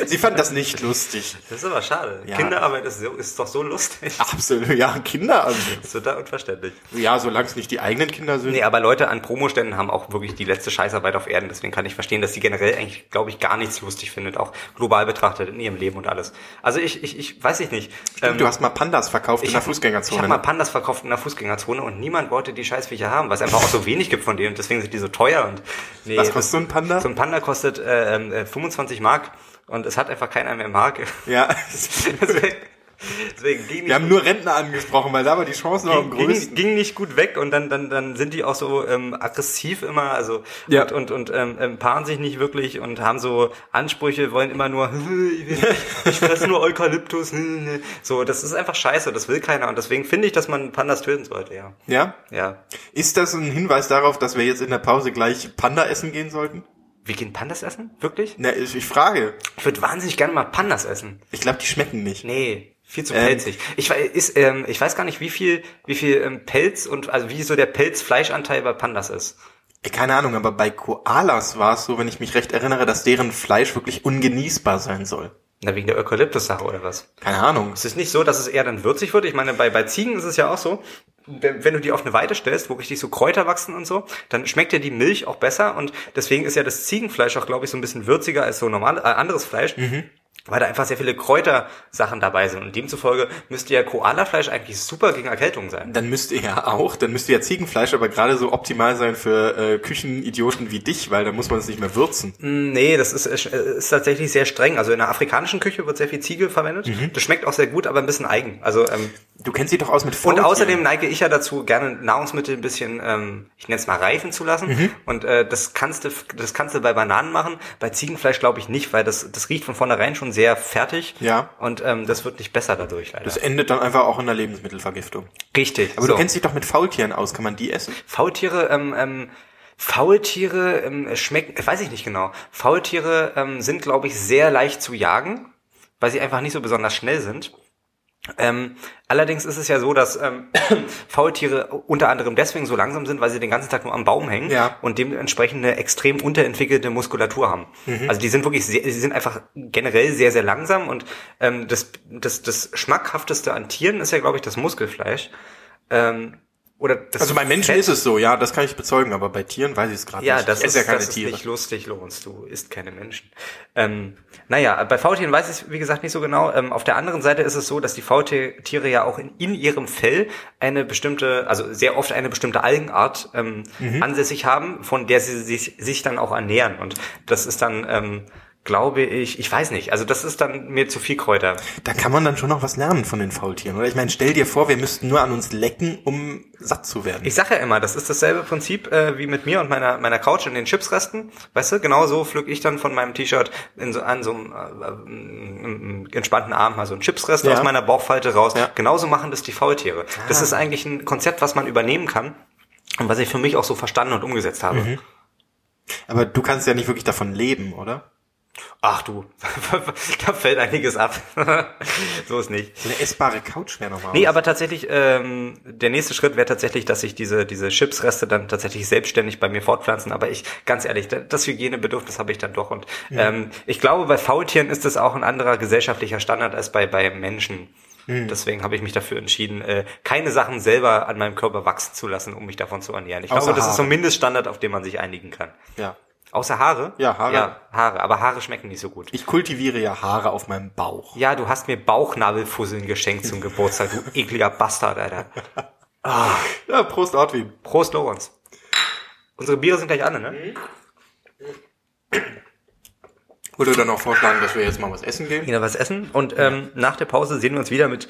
S1: Sie fand das nicht lustig.
S2: Das ist aber schade.
S1: Ja.
S2: Kinderarbeit ist, so, ist doch so lustig.
S1: Absolut, ja, Kinder. Also,
S2: Das wird da unverständlich.
S1: ja, solange es nicht die eigenen Kinder sind.
S2: Nee, aber Leute an Promoständen haben auch wirklich die letzte Scheißarbeit auf Erden. Deswegen kann ich verstehen, dass sie generell eigentlich, glaube ich, gar nichts lustig findet. Auch global betrachtet in ihrem Leben und alles. Also ich, ich, ich weiß ich nicht. Ähm,
S1: du hast mal Pandas verkauft in der
S2: hab-
S1: Fußgängerzone.
S2: Ich habe mal
S1: ne?
S2: Pandas verkauft in der Fußgängerzone und niemand wollte die Scheißviecher haben, was einfach auch so wenig gibt von denen. Deswegen sind die so teuer. Und nee,
S1: Was kostet so ein Panda?
S2: So ein Panda kostet äh, ähm, äh, 25 Mark und es hat einfach keiner mehr Mark.
S1: ja.
S2: <laughs>
S1: <laughs>
S2: deswegen, deswegen ging
S1: Wir
S2: nicht,
S1: haben nur Rentner angesprochen, weil da war die Chance noch am
S2: ging, ging,
S1: größten.
S2: ging nicht gut weg und dann, dann, dann sind die auch so ähm, aggressiv immer, also
S1: Ja.
S2: und, und, und ähm, ähm, paaren sich nicht wirklich und haben so Ansprüche, wollen immer nur, <laughs> ich, will- ich fresse nur Eukalyptus. <laughs> so, das ist einfach scheiße, das will keiner und deswegen finde ich, dass man Pandas töten sollte, ja.
S1: Ja?
S2: Ja.
S1: Ist das ein Hinweis darauf, dass wir jetzt in der Pause gleich Panda essen gehen sollten?
S2: Wir gehen Pandas essen? Wirklich?
S1: Na, ich, ich frage.
S2: Ich würde wahnsinnig gerne mal Pandas essen.
S1: Ich glaube, die schmecken nicht.
S2: Nee, viel zu
S1: Ähm,
S2: pelzig. Ich, wei- ist, ähm, ich weiß gar nicht, wie viel, wie viel ähm, Pelz und also wie so der Pelzfleischanteil bei Pandas ist.
S1: Ey, Keine Ahnung, aber bei Koalas war es so, wenn ich mich recht erinnere, dass deren Fleisch wirklich ungenießbar sein soll.
S2: Na, wegen der Eukalyptus-Sache oder was?
S1: Keine Ahnung.
S2: Es ist nicht so, dass es eher dann würzig wird. Ich meine, bei, bei Ziegen ist es ja auch so, wenn, wenn du die auf eine Weide stellst, wo richtig so Kräuter wachsen und so, dann schmeckt dir die Milch auch besser und deswegen ist ja das Ziegenfleisch auch, glaube ich, so ein bisschen würziger als so normal, äh, anderes Fleisch. Weil da einfach sehr viele Kräutersachen dabei sind. Und demzufolge müsste ja Koalafleisch eigentlich super gegen Erkältung sein.
S1: Dann müsste ja auch, dann müsste ja Ziegenfleisch aber gerade so optimal sein für äh, Küchenidioten wie dich, weil dann muss man es nicht mehr würzen.
S2: Nee, das ist, äh, ist tatsächlich sehr streng. Also in der afrikanischen Küche wird sehr viel Ziege verwendet. Das schmeckt auch sehr gut, aber ein bisschen eigen. Also ähm,
S1: Du kennst dich doch aus mit
S2: Und
S1: Faultieren.
S2: außerdem neige ich ja dazu, gerne Nahrungsmittel ein bisschen, ähm, ich nenne es mal reifen zu lassen.
S1: Mhm.
S2: Und äh, das kannst du, das kannst du bei Bananen machen. Bei Ziegenfleisch glaube ich nicht, weil das das riecht von vornherein schon sehr fertig.
S1: Ja.
S2: Und ähm, das wird nicht besser dadurch leider.
S1: Das endet dann einfach auch in der Lebensmittelvergiftung.
S2: Richtig.
S1: Aber du kennst dich doch mit Faultieren aus, kann man die essen?
S2: Faultiere, ähm, ähm, Faultiere ähm, schmecken, äh, weiß ich nicht genau. Faultiere ähm, sind, glaube ich, sehr leicht zu jagen, weil sie einfach nicht so besonders schnell sind. Ähm, allerdings ist es ja so, dass ähm, <coughs> Faultiere unter anderem deswegen so langsam sind, weil sie den ganzen Tag nur am Baum hängen
S1: Ja.
S2: und dementsprechend eine extrem unterentwickelte Muskulatur haben.
S1: Mhm.
S2: Also die sind wirklich, sehr, sie sind einfach generell sehr, sehr langsam und ähm, das, das, das schmackhafteste an Tieren ist ja, glaube ich, das Muskelfleisch. Ähm, oder das
S1: Also bei Menschen
S2: Fett.
S1: ist es so, ja, das kann ich bezeugen, aber bei Tieren weiß ich es gerade
S2: Ja,
S1: nicht.
S2: das
S1: ich
S2: ist,
S1: esse ja keine
S2: das ist
S1: Tiere.
S2: nicht lustig, Lorenz. Du isst keine Menschen. Ähm, naja, bei Faultieren weiß ich es, wie gesagt, nicht so genau. Ähm, auf der anderen Seite ist es so, dass die Faultiere ja auch in, in ihrem Fell eine bestimmte, also sehr oft eine bestimmte Algenart ähm,
S1: Mhm.
S2: ansässig haben, von der sie sich, sich dann auch ernähren. Und das ist dann, ähm, glaube ich, ich weiß nicht. Also das ist dann mir zu viel Kräuter.
S1: da kann man dann schon noch was lernen von den Faultieren, oder? Ich meine, stell dir vor, wir müssten nur an uns lecken, um satt zu werden.
S2: Ich sage ja immer, das ist dasselbe Prinzip äh, wie mit mir und meiner meiner Couch und den Chipsresten. Weißt du, genau so pflück ich dann von meinem T-Shirt in so, an so einem, äh, ähm, ähm, entspannten Arm mal so einen Chipsrest
S1: Ja.
S2: aus meiner Bauchfalte raus.
S1: Ja. Ah.
S2: Genauso machen das die Faultiere. Das ist eigentlich ein Konzept, was man übernehmen kann und was ich für mich auch so verstanden und umgesetzt habe.
S1: Mhm. aber du kannst ja nicht wirklich davon leben, oder?
S2: Ach du, <laughs> da fällt einiges ab. <laughs> so ist nicht.
S1: So eine essbare Couch wäre nochmal.
S2: Nee, aber tatsächlich, ähm, der nächste Schritt wäre tatsächlich, dass ich diese, diese Chipsreste dann tatsächlich selbstständig bei mir fortpflanzen. Aber ich, ganz ehrlich, da- das Hygienebedürfnis habe ich dann doch. Und ähm, ich glaube, bei Faultieren ist das auch ein anderer gesellschaftlicher Standard als bei, bei Menschen.
S1: Mhm.
S2: Deswegen habe ich mich dafür entschieden, äh, keine Sachen selber an meinem Körper wachsen zu lassen, um mich davon zu ernähren. Ich
S1: Außer
S2: glaube, das ist so ein
S1: Haare.
S2: Mindeststandard, auf den man sich einigen kann.
S1: ja.
S2: Außer Haare?
S1: Ja, Haare.
S2: Ja, Haare. Aber Haare schmecken nicht so gut.
S1: Ich kultiviere ja Haare auf meinem Bauch.
S2: Ja, du hast mir Bauchnabelfusseln geschenkt zum Geburtstag, du ekliger Bastard, Alter.
S1: Ja, Prost, Ortwin.
S2: Prost, Lorenz. Unsere Biere sind gleich alle, ne?
S1: Würde dann auch vorschlagen, dass wir jetzt mal was essen gehen?
S2: Wieder was essen und ähm, nach der Pause sehen wir uns wieder mit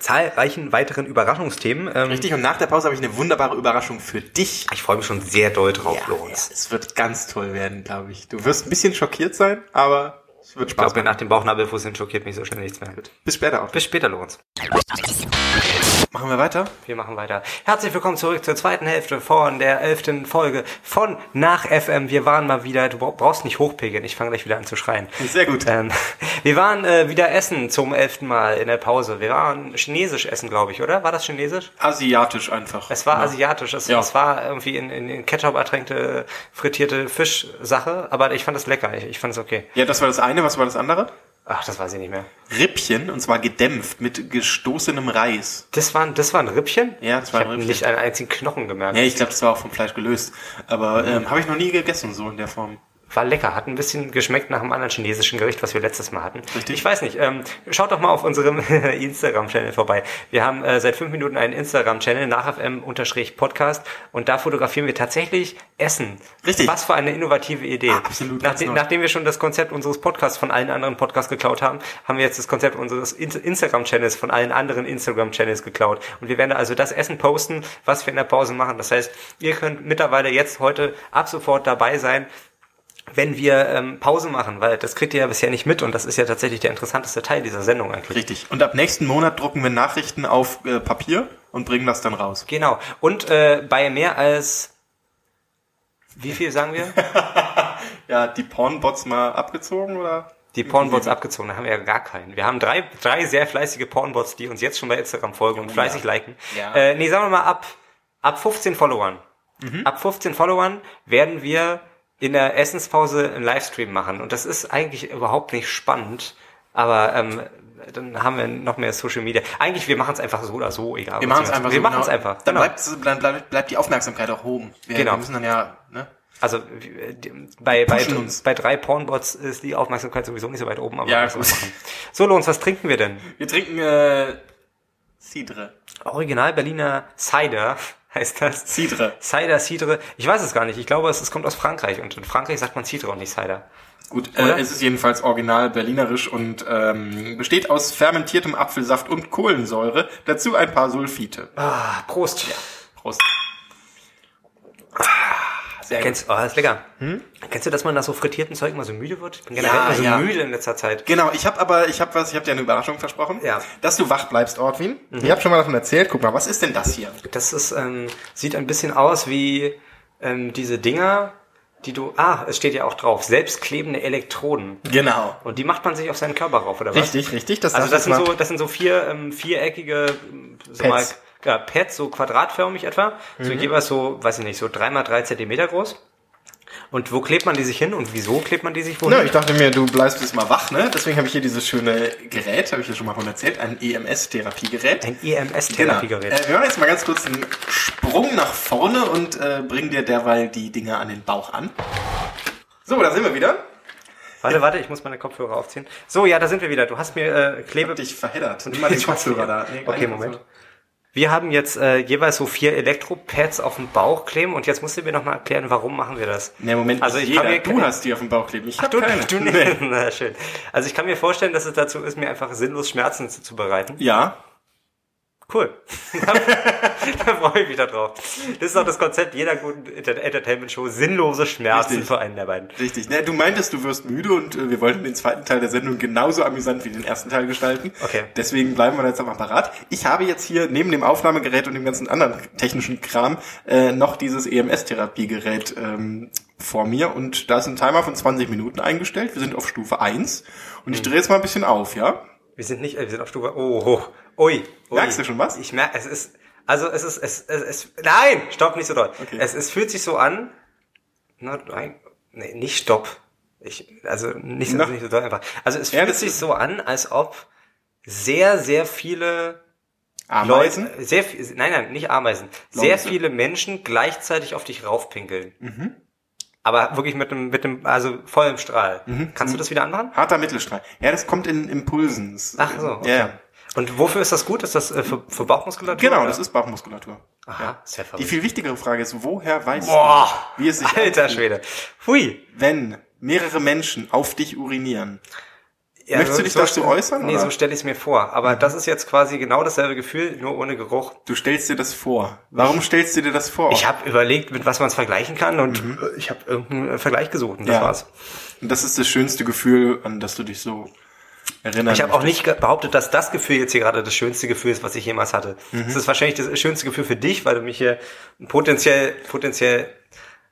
S2: zahlreichen weiteren Überraschungsthemen. Ähm,
S1: Richtig, und nach der Pause habe ich eine wunderbare Überraschung für dich.
S2: Ich freue mich schon sehr doll drauf,
S1: Ja, ja,
S2: Lorenz.
S1: es wird ganz toll werden, glaube ich. Du wirst ein bisschen schockiert sein, aber es wird
S2: Ich
S1: Spaß
S2: glaube,
S1: machen.
S2: nach dem Bauchnabelfuß hin schockiert mich so schnell nichts mehr.
S1: Bis später auch.
S2: Bis später, Lorenz.
S1: Machen wir weiter?
S2: Wir machen weiter. Herzlich willkommen zurück zur zweiten Hälfte von der elften Folge von Nach FM. Wir waren mal wieder, du bra- brauchst nicht hochpegeln, ich fange gleich wieder an zu schreien.
S1: Sehr gut.
S2: Ähm, wir waren äh, wieder essen zum elften Mal in der Pause. Wir waren chinesisch essen, glaube ich, oder? War das chinesisch?
S1: Asiatisch einfach.
S2: Es war asiatisch. Es,
S1: Ja.
S2: es war irgendwie in, in, in Ketchup ertränkte, frittierte Fischsache. Aber ich fand es lecker. Ich, ich fand es okay.
S1: Ja, das war das eine. Was war das andere?
S2: Ach, das weiß ich nicht mehr.
S1: Rippchen, und zwar gedämpft mit gestoßenem Reis.
S2: Das waren, das waren Rippchen?
S1: Ja, das waren
S2: ich hab
S1: Rippchen.
S2: nicht einen einzigen Knochen gemerkt.
S1: Ja, ich glaube, das war auch vom Fleisch gelöst. Aber ähm, habe ich noch nie gegessen, so in der Form.
S2: War lecker, hat ein bisschen geschmeckt nach einem anderen chinesischen Gericht, was wir letztes Mal hatten.
S1: Richtig.
S2: Ich weiß nicht, ähm, schaut doch mal auf unserem <laughs> Instagram-Channel vorbei. Wir haben äh, seit fünf Minuten einen Instagram-Channel, nachfm-podcast und da fotografieren wir tatsächlich Essen.
S1: Richtig.
S2: Was für eine innovative Idee.
S1: Absolut, ganz genau.
S2: Nachdem,
S1: neu.
S2: nachdem wir schon das Konzept unseres Podcasts von allen anderen Podcasts geklaut haben, haben wir jetzt das Konzept unseres In- Instagram-Channels von allen anderen Instagram-Channels geklaut. Und wir werden also das Essen posten, was wir in der Pause machen. Das heißt, ihr könnt mittlerweile jetzt heute ab sofort dabei sein, wenn wir ähm, Pause machen, weil das kriegt ihr ja bisher nicht mit und das ist ja tatsächlich der interessanteste Teil dieser Sendung eigentlich.
S1: Richtig. Und ab nächsten Monat drucken wir Nachrichten auf äh, Papier und bringen das dann raus.
S2: Genau. Und äh, bei mehr als wie viel sagen wir?
S1: Ja, die Pornbots mal abgezogen, oder?
S2: Die Pornbots abgezogen, da haben wir ja gar keinen. Wir haben drei, drei sehr fleißige Pornbots, die uns jetzt schon bei Instagram folgen und fleißig liken.
S1: Oh Ja.
S2: Äh, nee, sagen wir mal, ab, ab 15 Followern.
S1: Mhm.
S2: Ab 15 Followern werden wir in der Essenspause einen Livestream machen. Und das ist eigentlich überhaupt nicht spannend, aber ähm, dann haben wir noch mehr Social Media. Eigentlich, wir machen es einfach so oder so, egal.
S1: Wir
S2: was
S1: machen es
S2: wir-
S1: einfach
S2: Wir
S1: so.
S2: machen es
S1: genau.
S2: einfach.
S1: Dann,
S2: genau.
S1: bleibt, dann bleibt, bleibt die Aufmerksamkeit auch oben. Wir,
S2: Genau.
S1: wir müssen dann ja, ne?
S2: Also äh, die- bei, bei,
S1: pushen uns.
S2: bei drei Pornbots ist die Aufmerksamkeit sowieso nicht so weit oben, aber
S1: Ja,
S2: wir müssen
S1: gut.
S2: es machen. So, Lorenz, was trinken wir denn?
S1: Wir trinken, äh, Cidre.
S2: Original Berliner Cider <laughs> heißt das.
S1: Cidre.
S2: Cider, Cidre. Ich weiß es gar nicht. Ich glaube, es, es kommt aus Frankreich. Und in Frankreich sagt man Cidre und nicht Cider.
S1: Gut,
S2: Oder?
S1: äh, es ist jedenfalls original berlinerisch und ähm, besteht aus fermentiertem Apfelsaft und Kohlensäure, dazu ein paar Sulfite.
S2: Ah, Prost.
S1: Prost. Sehr gut.
S2: Kennst, oh, das ist lecker. Kennst du, dass man nach so frittierten Zeug mal so müde wird? Ich bin generell
S1: Hm? Ja,
S2: immer so
S1: ja.
S2: müde in letzter Zeit.
S1: Genau, ich habe aber, ich habe was, ich habe dir eine Überraschung versprochen,
S2: Ja.
S1: dass du wach bleibst, Ortwin. Ich habe schon mal davon erzählt. Guck mal, was ist denn das hier?
S2: Das ist, ähm, sieht ein bisschen aus wie ähm, diese Dinger, die du... Ah, es steht ja auch drauf. Selbstklebende Elektroden.
S1: Genau.
S2: Und die macht man sich auf seinen Körper rauf, oder was?
S1: Richtig, richtig. Das
S2: Also
S1: darf
S2: das
S1: jetzt
S2: sind so, das sind so vier ähm, viereckige ähm,
S1: Pads.
S2: so
S1: Mhm.
S2: Mal, ja, Pads, so quadratförmig etwa, so jeweils so, weiß ich nicht, so drei mal drei Zentimeter groß. Und wo klebt man die sich hin und wieso klebt man die sich wohin?
S1: Na, Ne, ich dachte mir, du bleibst jetzt mal wach, ne? Deswegen habe ich hier dieses schöne Gerät, habe ich ja schon mal von erzählt, ein E EMS-Therapiegerät.
S2: Ein E
S1: Genau.
S2: EMS-Therapiegerät.
S1: Äh, wir machen jetzt mal ganz kurz einen Sprung nach vorne und äh, bringen dir derweil die Dinger an den Bauch an. So, da sind wir wieder.
S2: Warte, warte, ich muss meine Kopfhörer aufziehen. So, ja, da sind wir wieder. Du hast mir äh,
S1: Ich
S2: Klebe...
S1: hab dich verheddert. Nimm mal den Kopfhörer da. Nee,
S2: okay,
S1: einen
S2: Moment.
S1: Kopfhörer.
S2: Wir haben jetzt äh, jeweils so vier Elektropads auf dem Bauch kleben und jetzt musst du mir nochmal erklären, warum machen wir das?
S1: Nee, Moment.
S2: Also ich
S1: jeder.
S2: kann mir-
S1: du hast die auf dem Bauch kleben. Ich hab
S2: Du,
S1: keine.
S2: du nicht.
S1: Nee.
S2: Na schön. Also ich kann mir vorstellen, dass es dazu ist, mir einfach sinnlos Schmerzen zu- zu bereiten.
S1: Ja.
S2: Cool. <laughs> da freue ich mich da drauf. Das ist auch das Konzept jeder guten Enter- Entertainment-Show. Sinnlose Schmerzen
S1: Richtig.
S2: für einen der beiden.
S1: Richtig. Ne, du meintest, du wirst müde und äh, wir wollten den zweiten Teil der Sendung genauso amüsant wie den ersten Teil gestalten.
S2: Okay.
S1: Deswegen bleiben wir da jetzt am Apparat. Ich habe jetzt hier neben dem Aufnahmegerät und dem ganzen anderen technischen Kram äh, noch dieses EMS-Therapiegerät ähm, vor mir und da ist ein Timer von 20 Minuten eingestellt. Wir sind auf Stufe 1 und
S2: Mhm.
S1: ich drehe jetzt mal ein bisschen auf, ja?
S2: Wir sind nicht, äh, wir sind auf Stufe. Oh, oh. Ui, ui.
S1: Merkst du schon was?
S2: Ich merke, es ist. Also es ist, es, es, es. Nein! Stopp nicht so doll.
S1: Okay.
S2: Es, es fühlt sich so an. Na, nein. Nee, nicht stopp. Ich, also nicht, so-
S1: Na.
S2: nicht so doll einfach. Also es
S1: Ja,
S2: fühlt
S1: das
S2: sich
S1: ist-
S2: so an, als ob sehr, sehr viele
S1: Ameisen.
S2: Leute, sehr viel, nein, nein, nicht Ameisen, sehr
S1: Leute. Mhm.
S2: viele Menschen gleichzeitig auf dich raufpinkeln. Aber wirklich mit einem, mit einem, also vollem Strahl.
S1: Mhm.
S2: Kannst du das wieder anmachen?
S1: Harter Mittelstrahl. Ja, das kommt in Impulsen. Das-
S2: Ach so. Okay.
S1: Ja, ja.
S2: Und wofür ist das gut? Ist das äh, für, für Bauchmuskulatur?
S1: Genau,
S2: oder?
S1: das ist Bauchmuskulatur.
S2: Aha, sehr
S1: Die
S2: verrückt.
S1: viel wichtigere Frage ist, woher weißt
S2: Boah.
S1: du, wie es sich
S2: Alter
S1: anfühlt?
S2: Schwede. Hui.
S1: wenn mehrere Menschen auf dich urinieren,
S2: Ja,
S1: Möchtest
S2: so-
S1: du dich
S2: so
S1: dazu
S2: stell-
S1: äußern?
S2: Nee,
S1: oder? Mhm.
S2: so stelle ich es mir vor. Aber das ist jetzt quasi genau dasselbe Gefühl, nur ohne Geruch.
S1: du stellst dir das vor. Warum stellst du dir das vor?
S2: Ich habe überlegt, mit was man es vergleichen kann und äh, ich habe irgendeinen äh, Vergleich gesucht und das
S1: Mhm. Ja.
S2: war's.
S1: Und das ist das schönste Gefühl, an das du dich so erinnern
S2: Ich habe auch
S1: möchtest.
S2: nicht ge- behauptet, dass das Gefühl jetzt hier gerade das schönste Gefühl ist, was ich jemals hatte.
S1: Mhm.
S2: Es ist wahrscheinlich das schönste Gefühl für dich, weil du mich hier potenziell, potenziell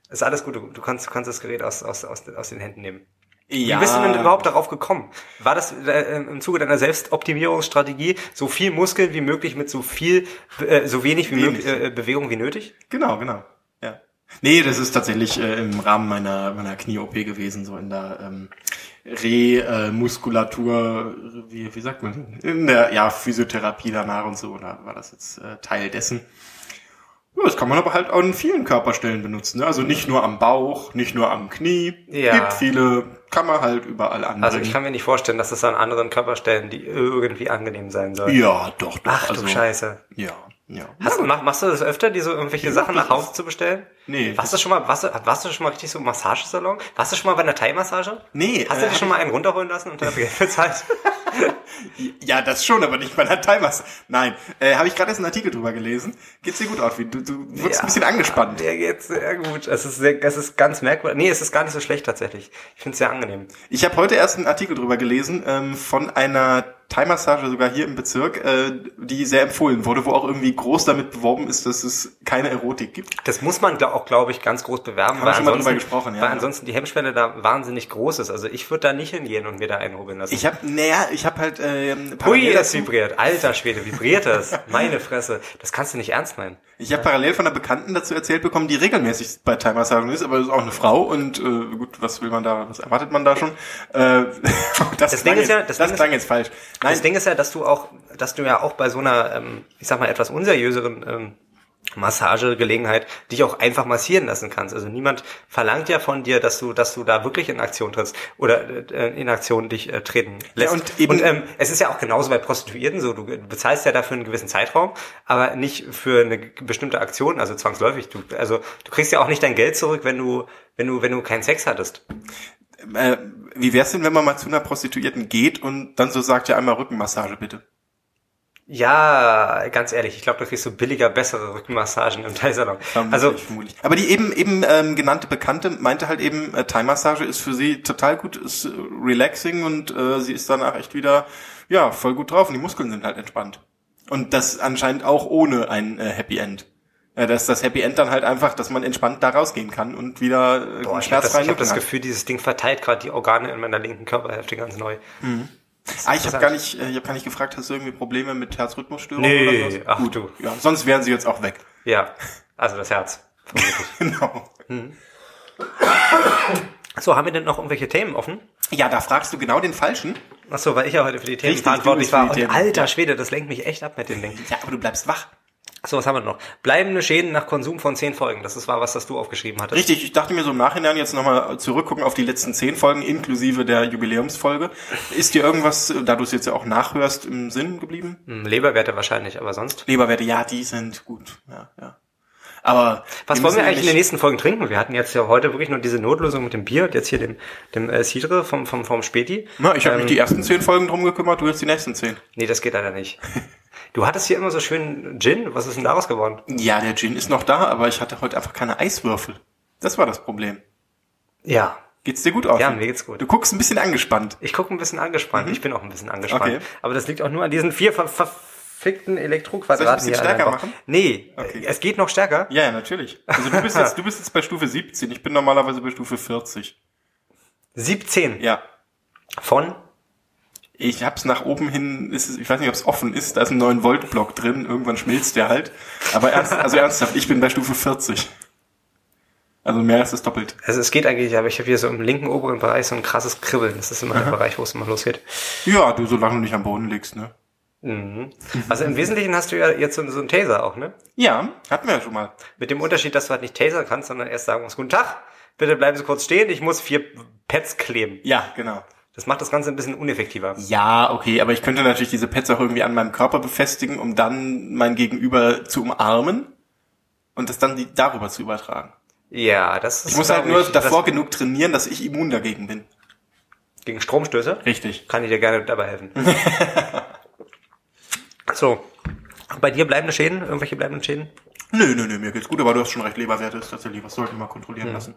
S2: ist alles gut. Du du kannst, du kannst das Gerät aus, aus, aus, den- aus den Händen nehmen.
S1: Ja.
S2: Wie bist du denn überhaupt darauf gekommen? War das äh, im Zuge deiner Selbstoptimierungsstrategie so viel Muskeln wie möglich mit so viel, äh, so wenig wie
S1: Wenig.
S2: möglich, äh, Bewegung wie nötig?
S1: Genau, genau. Ja. Nee, das ist tatsächlich äh, im Rahmen meiner, meiner Knie-OP gewesen, so in der ähm, Re-Muskulatur, wie, wie sagt man, in der ja, Physiotherapie danach und so, da war das jetzt äh, Teil dessen. Ja, das kann man aber halt an vielen Körperstellen benutzen, ne? also nicht nur am Bauch, nicht nur am Knie,
S2: Ja.
S1: gibt viele, kann man halt überall anbringen.
S2: Also ich kann mir nicht vorstellen, dass das an anderen Körperstellen, die irgendwie angenehm sein soll.
S1: ja, Also doch, doch.
S2: Ach du Scheiße.
S1: Ja, ja.
S2: Hast, mach, machst du das öfter, dir so irgendwelche Sachen nach Hause zu bestellen?
S1: Nee.
S2: Warst du schon mal, warst du, warst du schon mal richtig so im Massagesalon? Warst du schon mal bei einer Thai-Massage?
S1: Nee,
S2: Hast du
S1: äh,
S2: dir schon mal einen runterholen lassen und dafür Geld bezahlt?
S1: Ja, das schon, aber nicht bei einer Timers. Nein, äh, habe ich gerade erst einen Artikel drüber gelesen. Geht's dir gut, Outfit? Du, du wurdest
S2: Ja.
S1: ein bisschen angespannt.
S2: <laughs> Der geht's sehr gut. Es ist sehr, es ist ganz merkwürdig. Nee, es ist gar nicht so schlecht tatsächlich. Ich finde es sehr angenehm.
S1: Ich habe heute erst einen Artikel drüber gelesen ähm, von einer Thai-Massage sogar hier im Bezirk, äh, die sehr empfohlen wurde, wo auch irgendwie groß damit beworben ist, dass es keine Erotik gibt.
S2: Das muss man glaub, auch, glaube ich, ganz groß bewerben,
S1: wir schon mal drüber gesprochen, ja.
S2: weil ansonsten die Hemmschwelle da wahnsinnig groß ist. Also ich würde da nicht hingehen und mir da einen rubbeln lassen.
S1: Ich habe, naja, ich habe halt ähm,
S2: Hui,
S1: parallel,
S2: das
S1: dazu,
S2: vibriert. Alter Schwede, vibriert <laughs> das. Meine Fresse. Das kannst du nicht ernst meinen.
S1: ich hab parallel von einer Bekannten dazu erzählt bekommen, die regelmäßig bei Thai-Massagen ist, aber das ist auch eine Frau und äh, gut, was will man da, was erwartet man da schon? Äh, <laughs> das
S2: Ding
S1: klang
S2: ist ja-
S1: jetzt- das
S2: das Ding ist-
S1: klang jetzt falsch.
S2: das Ding ist ja, dass du auch, dass du ja auch bei so einer, ähm, ich sag mal, etwas unseriöseren ähm, Massagegelegenheit dich auch einfach massieren lassen kannst. Also niemand verlangt ja von dir, dass du, dass du da wirklich in Aktion trittst oder äh, in Aktion dich äh, treten lässt.
S1: und eben-
S2: ähm, es ist ja auch genauso bei Prostituierten so. Du bezahlst ja dafür einen gewissen Zeitraum, aber nicht für eine bestimmte Aktion, also zwangsläufig. Du, also du kriegst ja auch nicht dein Geld zurück, wenn du, wenn du, wenn du keinen Sex hattest.
S1: Äh, wie wär's denn, wenn man mal zu einer Prostituierten geht und dann so sagt, ja einmal Rückenmassage bitte?
S2: Ja, ganz ehrlich, ich glaube, du kriegst so billiger, bessere Rückenmassagen im Thai-Salon. Also,
S1: Vermutlich, vermutlich. Aber die eben eben ähm, genannte Bekannte meinte halt eben, äh, Thai-Massage ist für sie total gut, ist äh, relaxing und äh, sie ist danach echt wieder, ja, voll gut drauf und die Muskeln sind halt entspannt. Und das anscheinend auch ohne ein äh, Happy End. Ja, dass das Happy End dann halt einfach, dass man entspannt da rausgehen kann und wieder äh,
S2: boah,
S1: einen
S2: ich habe das, ich
S1: schmerzfreien
S2: hab
S1: Rücken
S2: das
S1: hat.
S2: Gefühl, dieses Ding verteilt gerade die Organe in meiner linken Körperhälfte ganz neu.
S1: Ah, ich habe
S2: Interessant.
S1: gar nicht, äh, ich habe gar nicht gefragt, hast du irgendwie Probleme mit Herzrhythmusstörungen
S2: Nee,
S1: oder sowas?
S2: ach
S1: Gut,
S2: du.
S1: Ja, sonst wären sie jetzt auch weg. <laughs>
S2: Ja, also das Herz. vermutlich.
S1: Genau.
S2: so, haben wir denn noch irgendwelche Themen offen?
S1: Ja, da fragst du genau den Falschen.
S2: Ach so, weil ich ja heute für die Themen
S1: Richtig,
S2: verantwortlich
S1: du bist
S2: war.
S1: für
S2: Und
S1: die Themen.
S2: alter Schwede, das lenkt mich echt ab mit dem Ding.
S1: Ja, aber du bleibst wach.
S2: So, was haben wir noch? Bleibende Schäden nach Konsum von zehn Folgen. Das ist war was, das du aufgeschrieben hattest.
S1: Richtig, ich dachte mir so im Nachhinein jetzt nochmal zurückgucken auf die letzten zehn Folgen inklusive der Jubiläumsfolge. Ist dir irgendwas, äh, da du es jetzt ja auch nachhörst, im Sinn geblieben?
S2: Hm, Leberwerte wahrscheinlich, aber sonst.
S1: Leberwerte, ja, die sind gut. Ja, ja. Aber
S2: Was wollen
S1: müssen
S2: wir
S1: ja
S2: eigentlich in den
S1: nicht-
S2: nächsten Folgen trinken? Wir hatten jetzt ja heute wirklich nur diese Notlösung mit dem Bier und jetzt hier dem, dem äh, Cidre vom, vom, vom Späti. Ähm,
S1: Na, ich habe mich die ersten zehn Folgen drum gekümmert, du jetzt die nächsten zehn.
S2: Nee, das geht
S1: <laughs>
S2: leider nicht. Du hattest hier immer so schön Gin. Was ist denn daraus geworden?
S1: Ja, der Gin ist noch da, aber ich hatte heute einfach keine Eiswürfel. Das war das Problem.
S2: Ja.
S1: Geht's dir gut aus?
S2: Ja, mir geht's gut.
S1: Du guckst ein bisschen angespannt.
S2: Ich gucke ein bisschen angespannt. Ich bin auch ein bisschen angespannt.
S1: Mhm. Okay.
S2: Aber das liegt auch nur an diesen vier ver verfickten
S1: Soll ich ein
S2: Elektroquadraten
S1: bisschen
S2: hier. an
S1: stärker
S2: der Ba-
S1: machen?
S2: Nee,
S1: Okay.
S2: äh, es geht noch stärker.
S1: Ja, ja, natürlich. Also du <laughs> bist jetzt, du bist jetzt bei Stufe 17. Ich bin normalerweise bei Stufe 40.
S2: 17
S1: Ja.
S2: von
S1: Ich hab's nach oben hin, ist es, ich weiß nicht, ob's offen ist, da ist ein 9-Volt-Block drin, irgendwann schmilzt der halt. Aber ernst, also ernsthaft, ich bin bei Stufe 40. Also mehr als das doppelt.
S2: also es geht eigentlich, aber ich habe hier so im linken oberen Bereich so ein krasses Kribbeln. Das ist immer der Bereich, wo es immer losgeht.
S1: Ja, du, solange du nicht am Boden liegst, ne? Mhm.
S2: Also im Wesentlichen hast du ja jetzt so, so einen Taser auch, ne?
S1: Ja, hatten wir ja schon mal.
S2: Mit dem Unterschied, dass du halt nicht tasern kannst, sondern erst sagen musst, guten Tag, bitte bleiben Sie kurz stehen, ich muss vier Pads kleben.
S1: Ja, genau.
S2: Das macht das Ganze ein bisschen ineffektiver.
S1: Ja, okay, aber ich könnte natürlich diese Pads auch irgendwie an meinem Körper befestigen, um dann mein Gegenüber zu umarmen und das dann die, darüber zu übertragen.
S2: Ja, das ist.
S1: Ich muss halt
S2: glaub
S1: nur
S2: das-
S1: davor genug trainieren, dass ich immun dagegen bin.
S2: Gegen Stromstöße?
S1: Richtig.
S2: Kann ich dir gerne
S1: <laughs>
S2: dabei helfen. so. Bei dir bleibende Schäden? Irgendwelche bleibenden Schäden?
S1: Nö, nö, nö, mir geht's gut, aber du hast schon recht, Leberwerte ist tatsächlich, was sollte man kontrollieren lassen?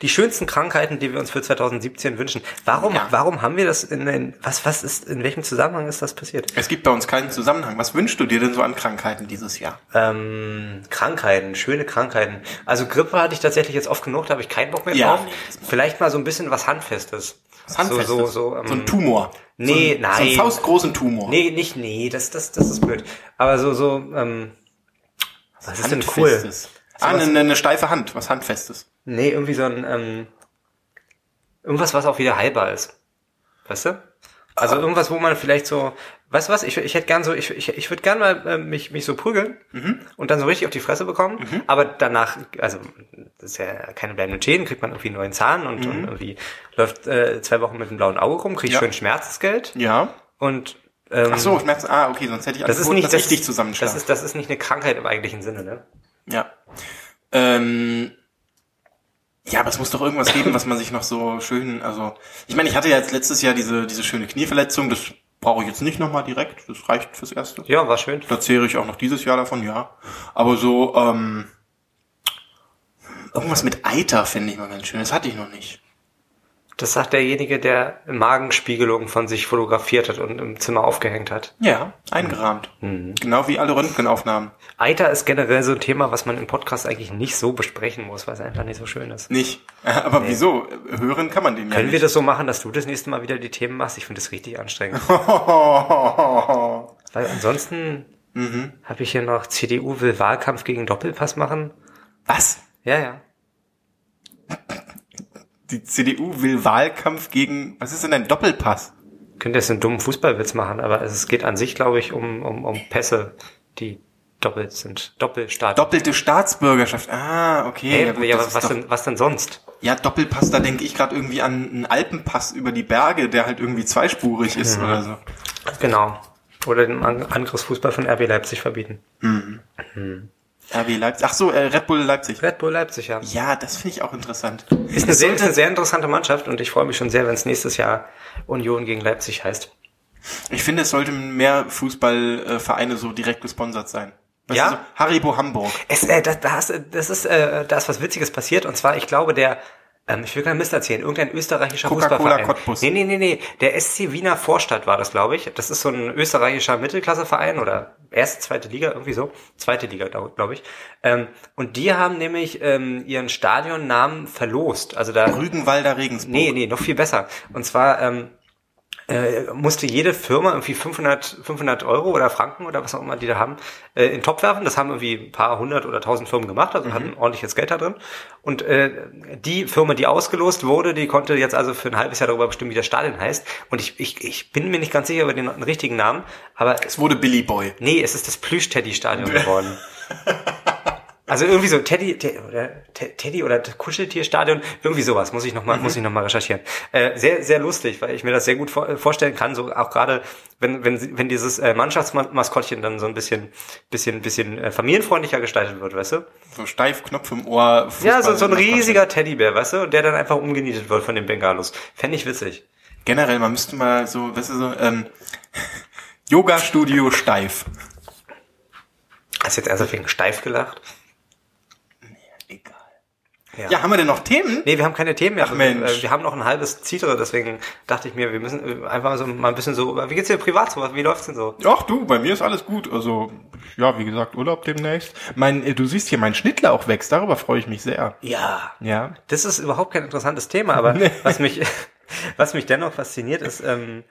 S2: Die schönsten Krankheiten, die wir uns für 2017 wünschen. Warum, warum haben wir das in, in, was, was ist, in welchem Zusammenhang ist das passiert?
S1: Es gibt bei uns keinen Zusammenhang. Was wünschst du dir denn so an Krankheiten dieses Jahr?
S2: Ähm, Krankheiten, schöne Krankheiten. Also Grippe hatte ich tatsächlich jetzt oft genug, da habe ich keinen Bock mehr
S1: Ja.
S2: drauf. Vielleicht mal so ein bisschen was Handfestes.
S1: Was Handfestes?
S2: So, so, so, ähm,
S1: so ein Tumor.
S2: nee,
S1: so ein, So
S2: nein.
S1: einen faustgroßen Tumor.
S2: Nee, nicht, nee, das, das, das ist blöd. Aber so, so, ähm, was ist denn cool?
S1: Handfestes. Ah, eine, eine, eine steife Hand, was Handfestes.
S2: Nee, irgendwie so ein, ähm, irgendwas, was auch wieder heilbar ist. Weißt du? Also
S1: Ah.
S2: irgendwas, wo man vielleicht so, weißt du was, ich, ich hätte gern so, ich, ich, ich würde gern mal äh, mich, mich so prügeln
S1: Mhm.
S2: und dann so richtig auf die Fresse bekommen, aber danach, also das ist ja keine bleibenden Schäden, kriegt man irgendwie einen neuen Zahn und, und irgendwie läuft äh, zwei Wochen mit einem blauen Auge rum, kriegt
S1: Mhm. Ja.
S2: schön Schmerzensgeld
S1: Ja.
S2: und ähm,
S1: Ach so, Schmerzen. Ah, okay, sonst hätte ich
S2: das ist
S1: angeboten,
S2: nicht
S1: dass ich dich zusammenschlage.
S2: das ist, das ist nicht eine Krankheit im eigentlichen Sinne, ne?
S1: Ja. Ähm, ja, aber es muss doch irgendwas geben, was man sich noch so schön, also, ich meine, ich hatte ja jetzt letztes Jahr diese, diese schöne Knieverletzung, das brauche ich jetzt nicht nochmal direkt, das reicht fürs Erste.
S2: Ja, war schön.
S1: Da zehre ich auch noch dieses Jahr davon, ja. Aber so, ähm, irgendwas mit Eiter finde ich mal ganz schön, das hatte ich noch nicht.
S2: Das sagt derjenige, der Magenspiegelungen von sich fotografiert hat und im Zimmer aufgehängt hat.
S1: Ja, eingerahmt.
S2: Mhm.
S1: Genau wie alle Röntgenaufnahmen.
S2: Eiter ist generell so ein Thema, was man im Podcast eigentlich nicht so besprechen muss, weil es einfach nicht so schön ist.
S1: Nicht. <laughs> Aber wieso? Hören kann man den ja
S2: Können wir
S1: nicht.
S2: das so machen, dass du das nächste Mal wieder die Themen machst? Ich finde das
S1: <laughs>
S2: richtig anstrengend. weil ansonsten
S1: Mhm.
S2: habe ich hier noch CDU will Wahlkampf gegen Doppelpass machen.
S1: Was?
S2: Ja, ja.
S1: Die CDU will Wahlkampf gegen, was ist denn ein Doppelpass?
S2: Könnte jetzt einen dummen Fußballwitz machen, aber es geht an sich, glaube ich, um, um, um Pässe, die doppelt sind. Doppelstaat.
S1: Doppelte Staatsbürgerschaft. Ah, okay.
S2: Hey,
S1: gut,
S2: ja,
S1: das
S2: aber
S1: ist
S2: was
S1: doch-
S2: denn, was denn sonst?
S1: ja, Doppelpass, da denke ich gerade irgendwie an einen Alpenpass über die Berge, der halt irgendwie zweispurig ist oder so.
S2: Genau. Oder den An Angriffsfußball von RB Leipzig verbieten.
S1: RB Leipzig. Ach so, äh, Red Bull Leipzig.
S2: Red Bull Leipzig, ja.
S1: Ja, das finde ich auch interessant.
S2: Ist eine, sehr, ist eine sehr interessante Mannschaft und ich freue mich schon sehr, wenn es nächstes Jahr Union gegen Leipzig heißt.
S1: Ich finde, es sollten mehr Fußballvereine so direkt gesponsert sein. Weißt
S2: Ja?
S1: du, so Haribo Hamburg.
S2: Es, äh, das, das, das ist, äh, da ist was Witziges passiert und zwar, ich glaube, der, ähm, ich will keinen Mist erzählen, irgendein österreichischer
S1: Coca-Cola
S2: Fußballverein.
S1: Cottbus.
S2: Nee, nee, nee, nee, der SC Wiener Vorstadt war das, glaube ich. Das ist so ein österreichischer Mittelklasseverein oder erste, zweite Liga, irgendwie so. Zweite Liga, glaube glaub ich. Ähm, und die haben nämlich ähm, ihren Stadionnamen verlost. Also da,
S1: Rügenwalder Regensburg.
S2: Nee, nee, noch viel besser. Und zwar ähm, äh, musste jede Firma irgendwie 500, 500 Euro oder Franken oder was auch immer die da haben, äh, in den Topf werfen. Das haben irgendwie ein paar hundert oder tausend Firmen gemacht, also hatten ordentliches Geld da drin. Und äh, die Firma, die ausgelost wurde, die konnte jetzt also für ein halbes Jahr darüber bestimmen, wie der Stadion heißt. Und ich, ich, ich bin mir nicht ganz sicher über den richtigen Namen, aber
S1: Es wurde Billy Boy.
S2: Nee, es ist das Plüsch-Teddy-Stadion geworden. Also irgendwie so Teddy, Te- oder Te- Teddy oder Kuscheltierstadion, irgendwie sowas, muss ich nochmal, mal muss
S1: Mhm.
S2: ich noch mal recherchieren. Äh, sehr, sehr lustig, weil ich mir das sehr gut vor, äh, vorstellen kann, so auch gerade, wenn, wenn, sie- wenn dieses äh, Mannschaftsmaskottchen dann so ein bisschen, bisschen, bisschen äh, familienfreundlicher gestaltet wird, weißt du?
S1: So steif, Knopf im Ohr. Fußball,
S2: Ja, so, so ein
S1: Nachbarschaft.
S2: riesiger Teddybär, weißt du, und der dann einfach umgenietet wird von den Bengalos. Fände ich witzig.
S1: Generell, man müsste mal so, weißt du, so, ähm, <laughs> Yoga-Studio steif.
S2: Hast du jetzt ernsthaft wegen steif gelacht?
S1: Egal.
S2: Ja.
S1: Ja. haben wir denn noch Themen?
S2: Nee, wir haben keine Themen mehr. Äh,
S1: Ach, Mensch.
S2: Wir, wir haben noch ein halbes Zitre, deswegen dachte ich mir, wir müssen äh, einfach so mal ein bisschen so. Wie geht's dir privat so? Wie läuft's denn so?
S1: Ach du, bei mir ist alles gut. Also, ja, wie gesagt, Urlaub demnächst. Mein, äh, du siehst hier, mein Schnittlauch wächst, darüber freue ich mich sehr.
S2: Ja.
S1: Ja.
S2: Das ist überhaupt kein interessantes
S1: <laughs>
S2: Thema, aber was mich, <laughs> was mich dennoch fasziniert ist, ähm,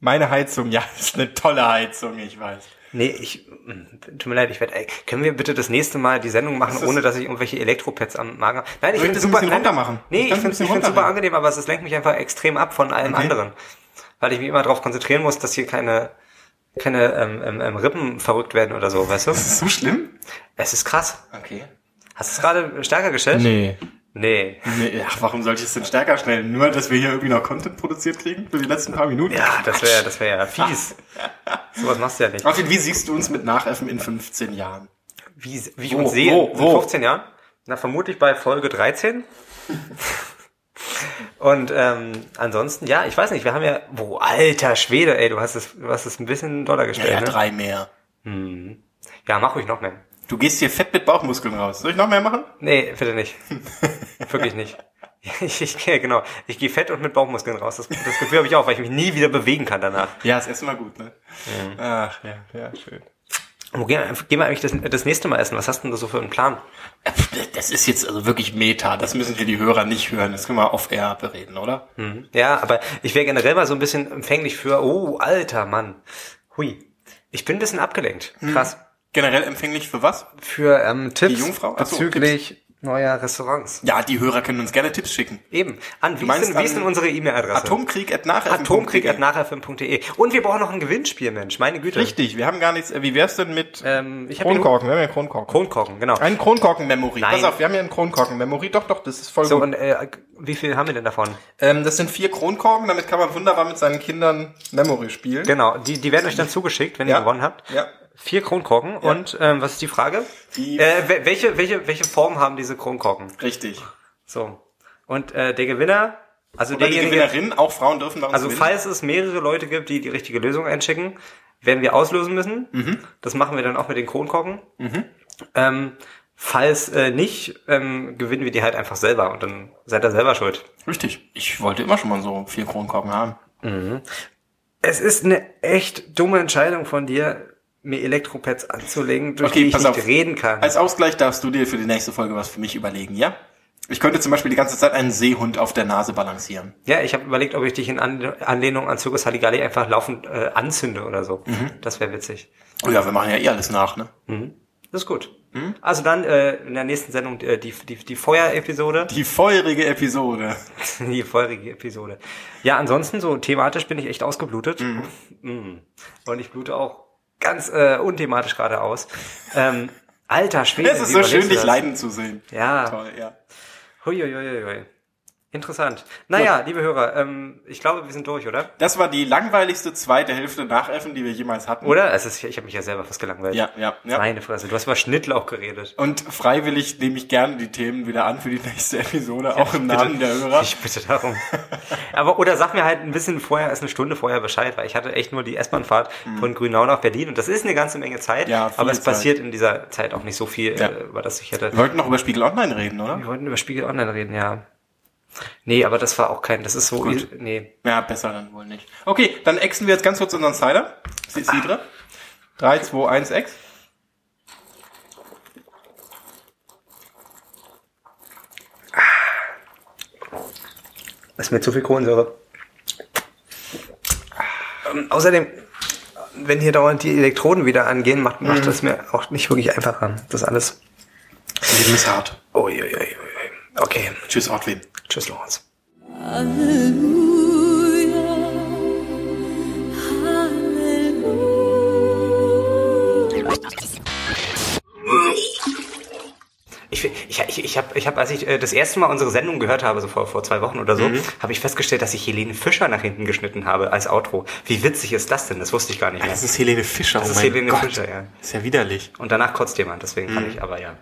S1: Meine Heizung, ja, <laughs> ist eine tolle Heizung, ich weiß.
S2: nee, ich, mm, tut mir leid, ich werde, ey, können wir bitte das nächste Mal die Sendung machen,
S1: Das ist-
S2: ohne dass ich irgendwelche Elektropads am Magen habe? Nein, ich
S1: Soll ich
S2: finde es
S1: das ein
S2: super.
S1: bisschen
S2: nein,
S1: runtermachen? Ich
S2: Nee, ich
S1: kann ein
S2: finde es
S1: bisschen
S2: super
S1: runterregeln.
S2: angenehm, aber es es lenkt mich einfach extrem ab von allem
S1: Okay.
S2: anderen. Weil ich mich immer darauf konzentrieren muss, dass hier keine, keine ähm, ähm, ähm, Rippen verrückt werden oder so, weißt du?
S1: Ist das so schlimm?
S2: Es ist krass.
S1: Okay.
S2: Hast du es gerade stärker gestellt?
S1: Nee.
S2: Nee.
S1: nee. Ach, warum sollte ich es denn stärker stellen? Nur, dass wir hier irgendwie noch Content produziert kriegen für die letzten paar Minuten?
S2: Ja, das wäre das wär
S1: <laughs>
S2: ja fies. Sowas machst du ja nicht.
S1: Martin, wie siehst du uns mit Nacheffen in 15 Jahren?
S2: Wie, wie ich
S1: Wo,
S2: uns sehe
S1: wo,
S2: in
S1: wo? <laughs>
S2: 15 Jahren? Na, vermutlich bei Folge 13. Und ähm, ansonsten, ja, ich weiß nicht, wir haben ja, wo, alter Schwede, ey, du hast es, du hast es ein bisschen doller gestellt.
S1: Ja,
S2: ne?
S1: drei mehr.
S2: ja, mach ruhig noch mehr.
S1: Du gehst hier fett mit Bauchmuskeln raus. Soll ich noch mehr machen?
S2: Nee,
S1: <laughs>
S2: bitte nicht. Wirklich nicht. <laughs> Ich, ich ja, genau. Ich gehe fett und mit Bauchmuskeln raus. Das, das Gefühl habe ich auch, weil ich mich nie wieder bewegen kann danach.
S1: Ja, ist erstmal gut, ne? Ach, ja, ja, schön.
S2: Wo gehen wir, gehen wir eigentlich das, das nächste Mal essen? Was hast denn du so für einen Plan?
S1: Das ist jetzt also wirklich Meta. Das müssen wir die Hörer nicht hören. Das können wir off-air bereden, oder?
S2: Ja, aber ich wäre generell mal so ein bisschen empfänglich für, oh, alter Mann. Hui. Ich bin ein bisschen abgelenkt. Krass.
S1: Generell empfänglich für was?
S2: Hm. Für ähm, Tipps
S1: Die Jungfrau? Ach so,
S2: bezüglich neuer Restaurants.
S1: Ja, die Hörer können uns gerne Tipps schicken.
S2: Eben. An wie,
S1: meinst
S2: ist, denn, wie
S1: an
S2: ist denn unsere E-Mail-Adresse?
S1: Atomkrieg at nachher.
S2: Atomkrieg.nachfm.de. Und wir brauchen noch ein Gewinnspiel, Mensch. Meine Güte.
S1: Richtig, wir haben gar nichts. äh, Wie wär's denn mit
S2: Ähm, ich hab
S1: Kronkorken? Wir haben ja einen Kronkorken.
S2: Kronkorken, genau.
S1: Ein Kronkorken-Memory.
S2: Nein.
S1: Pass auf, wir haben ja einen Kronkorken-Memory. Doch, doch, das ist voll
S2: So,
S1: gut.
S2: und äh, wie viel haben wir denn davon?
S1: Ähm, das sind vier Kronkorken, damit kann man wunderbar mit seinen Kindern Memory spielen.
S2: Genau, die, die werden euch dann zugeschickt, wenn
S1: Ja.
S2: ihr gewonnen habt.
S1: Ja.
S2: Vier Kronkorken und ähm, was ist die Frage?
S1: Die-
S2: äh, wel- welche, welche, welche Form haben diese Kronkorken?
S1: Richtig.
S2: So. Und äh, der Gewinner, also
S1: Oder die
S2: derjenige,
S1: Gewinnerin, auch Frauen dürfen bei uns
S2: also
S1: gewinnen.
S2: falls es mehrere Leute gibt, die die richtige Lösung einschicken, werden wir auslösen müssen.
S1: Mhm.
S2: Das machen wir dann auch mit den Kronkorken. Ähm, falls äh, nicht, ähm, gewinnen wir die halt einfach selber und dann seid ihr selber schuld.
S1: Richtig. Ich wollte immer schon mal so vier Kronkorken haben.
S2: Es ist eine echt dumme Entscheidung von dir, mir Elektropads anzulegen, durch
S1: Okay,
S2: die ich
S1: pass
S2: nicht
S1: auf. Also
S2: reden kann.
S1: Als Ausgleich darfst du dir für die nächste Folge was für mich überlegen, ja? Ich könnte zum Beispiel die ganze Zeit einen Seehund auf der Nase balancieren.
S2: ja, ich habe überlegt, ob ich dich in An- Anlehnung an Circus Halligalli einfach laufend äh, anzünde oder so.
S1: Mhm.
S2: Das wäre witzig.
S1: Oh ja, wir machen ja eh alles nach, ne?
S2: Das ist gut.
S1: Mhm.
S2: Also dann äh, in der nächsten Sendung äh, die, die, die Feuer-Episode.
S1: Die feurige Episode.
S2: <laughs> Die feurige Episode. Ja, ansonsten so thematisch bin ich echt ausgeblutet. Mhm. Und ich blute auch ganz äh, unthematisch gerade aus. Ähm, alter Schwede.
S1: Es ist
S2: wie
S1: so
S2: überlebst
S1: schön,
S2: du
S1: dich
S2: das?
S1: leiden zu sehen.
S2: Ja.
S1: Toll, ja.
S2: Huiuiuiui. Interessant. Naja, liebe Hörer, ähm, ich glaube, wir sind durch, oder?
S1: Das war die langweiligste zweite Hälfte Nachäffen, die wir jemals hatten.
S2: Oder? Es ist, ich habe mich ja selber fast gelangweilt.
S1: Ja, ja, ja.
S2: Meine Fresse, du hast über Schnittlauch geredet.
S1: Und freiwillig nehme ich gerne die Themen wieder an für die nächste Episode, auch im Namen der Hörer.
S2: Ich bitte
S1: <laughs>
S2: darum. Aber oder sag mir halt ein bisschen vorher, erst eine Stunde vorher Bescheid, weil ich hatte echt nur die S-Bahn-Fahrt von Grünau nach Berlin und das ist eine ganze Menge Zeit.
S1: Mhm. Ja, viel
S2: aber es
S1: Zeit.
S2: passiert in dieser Zeit auch nicht so viel,
S1: Ja.
S2: äh, über das ich hätte.
S1: Wir wollten noch über Spiegel Online reden, oder?
S2: Wir wollten über Spiegel Online reden, ja. Nee, aber das war auch kein, das ist so,
S1: Gut.
S2: nee.
S1: Ja, besser dann wohl nicht. Okay, dann exen wir jetzt ganz kurz unseren Cider. C- Cidre. 3, 2, 1, Ex.
S2: Ist mir zu viel Kohlensäure. Ähm, außerdem, wenn hier dauernd die Elektroden wieder angehen, macht, macht das mir auch nicht wirklich einfacher. Das alles.
S1: Leben ist hart.
S2: Uiuiui. Okay.
S1: Tschüss, Ortwin.
S2: Tschüss, Lorenz. Ich, ich, ich, ich habe, ich hab, als ich äh, das erste Mal unsere Sendung gehört habe, so vor, vor zwei Wochen oder so, habe ich festgestellt, dass ich Helene Fischer nach hinten geschnitten habe als Outro. Wie witzig ist das denn? Das wusste ich gar nicht mehr.
S1: Das ist Helene Fischer.
S2: Das
S1: oh
S2: ist
S1: mein
S2: Helene
S1: Gott.
S2: Fischer, ja.
S1: Ist ja widerlich.
S2: Und danach kotzt jemand, deswegen kann ich aber ja.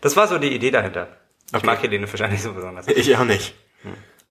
S2: Das war so die Idee dahinter. Ich mag Helene Fischer nicht so besonders.
S1: Ich auch nicht.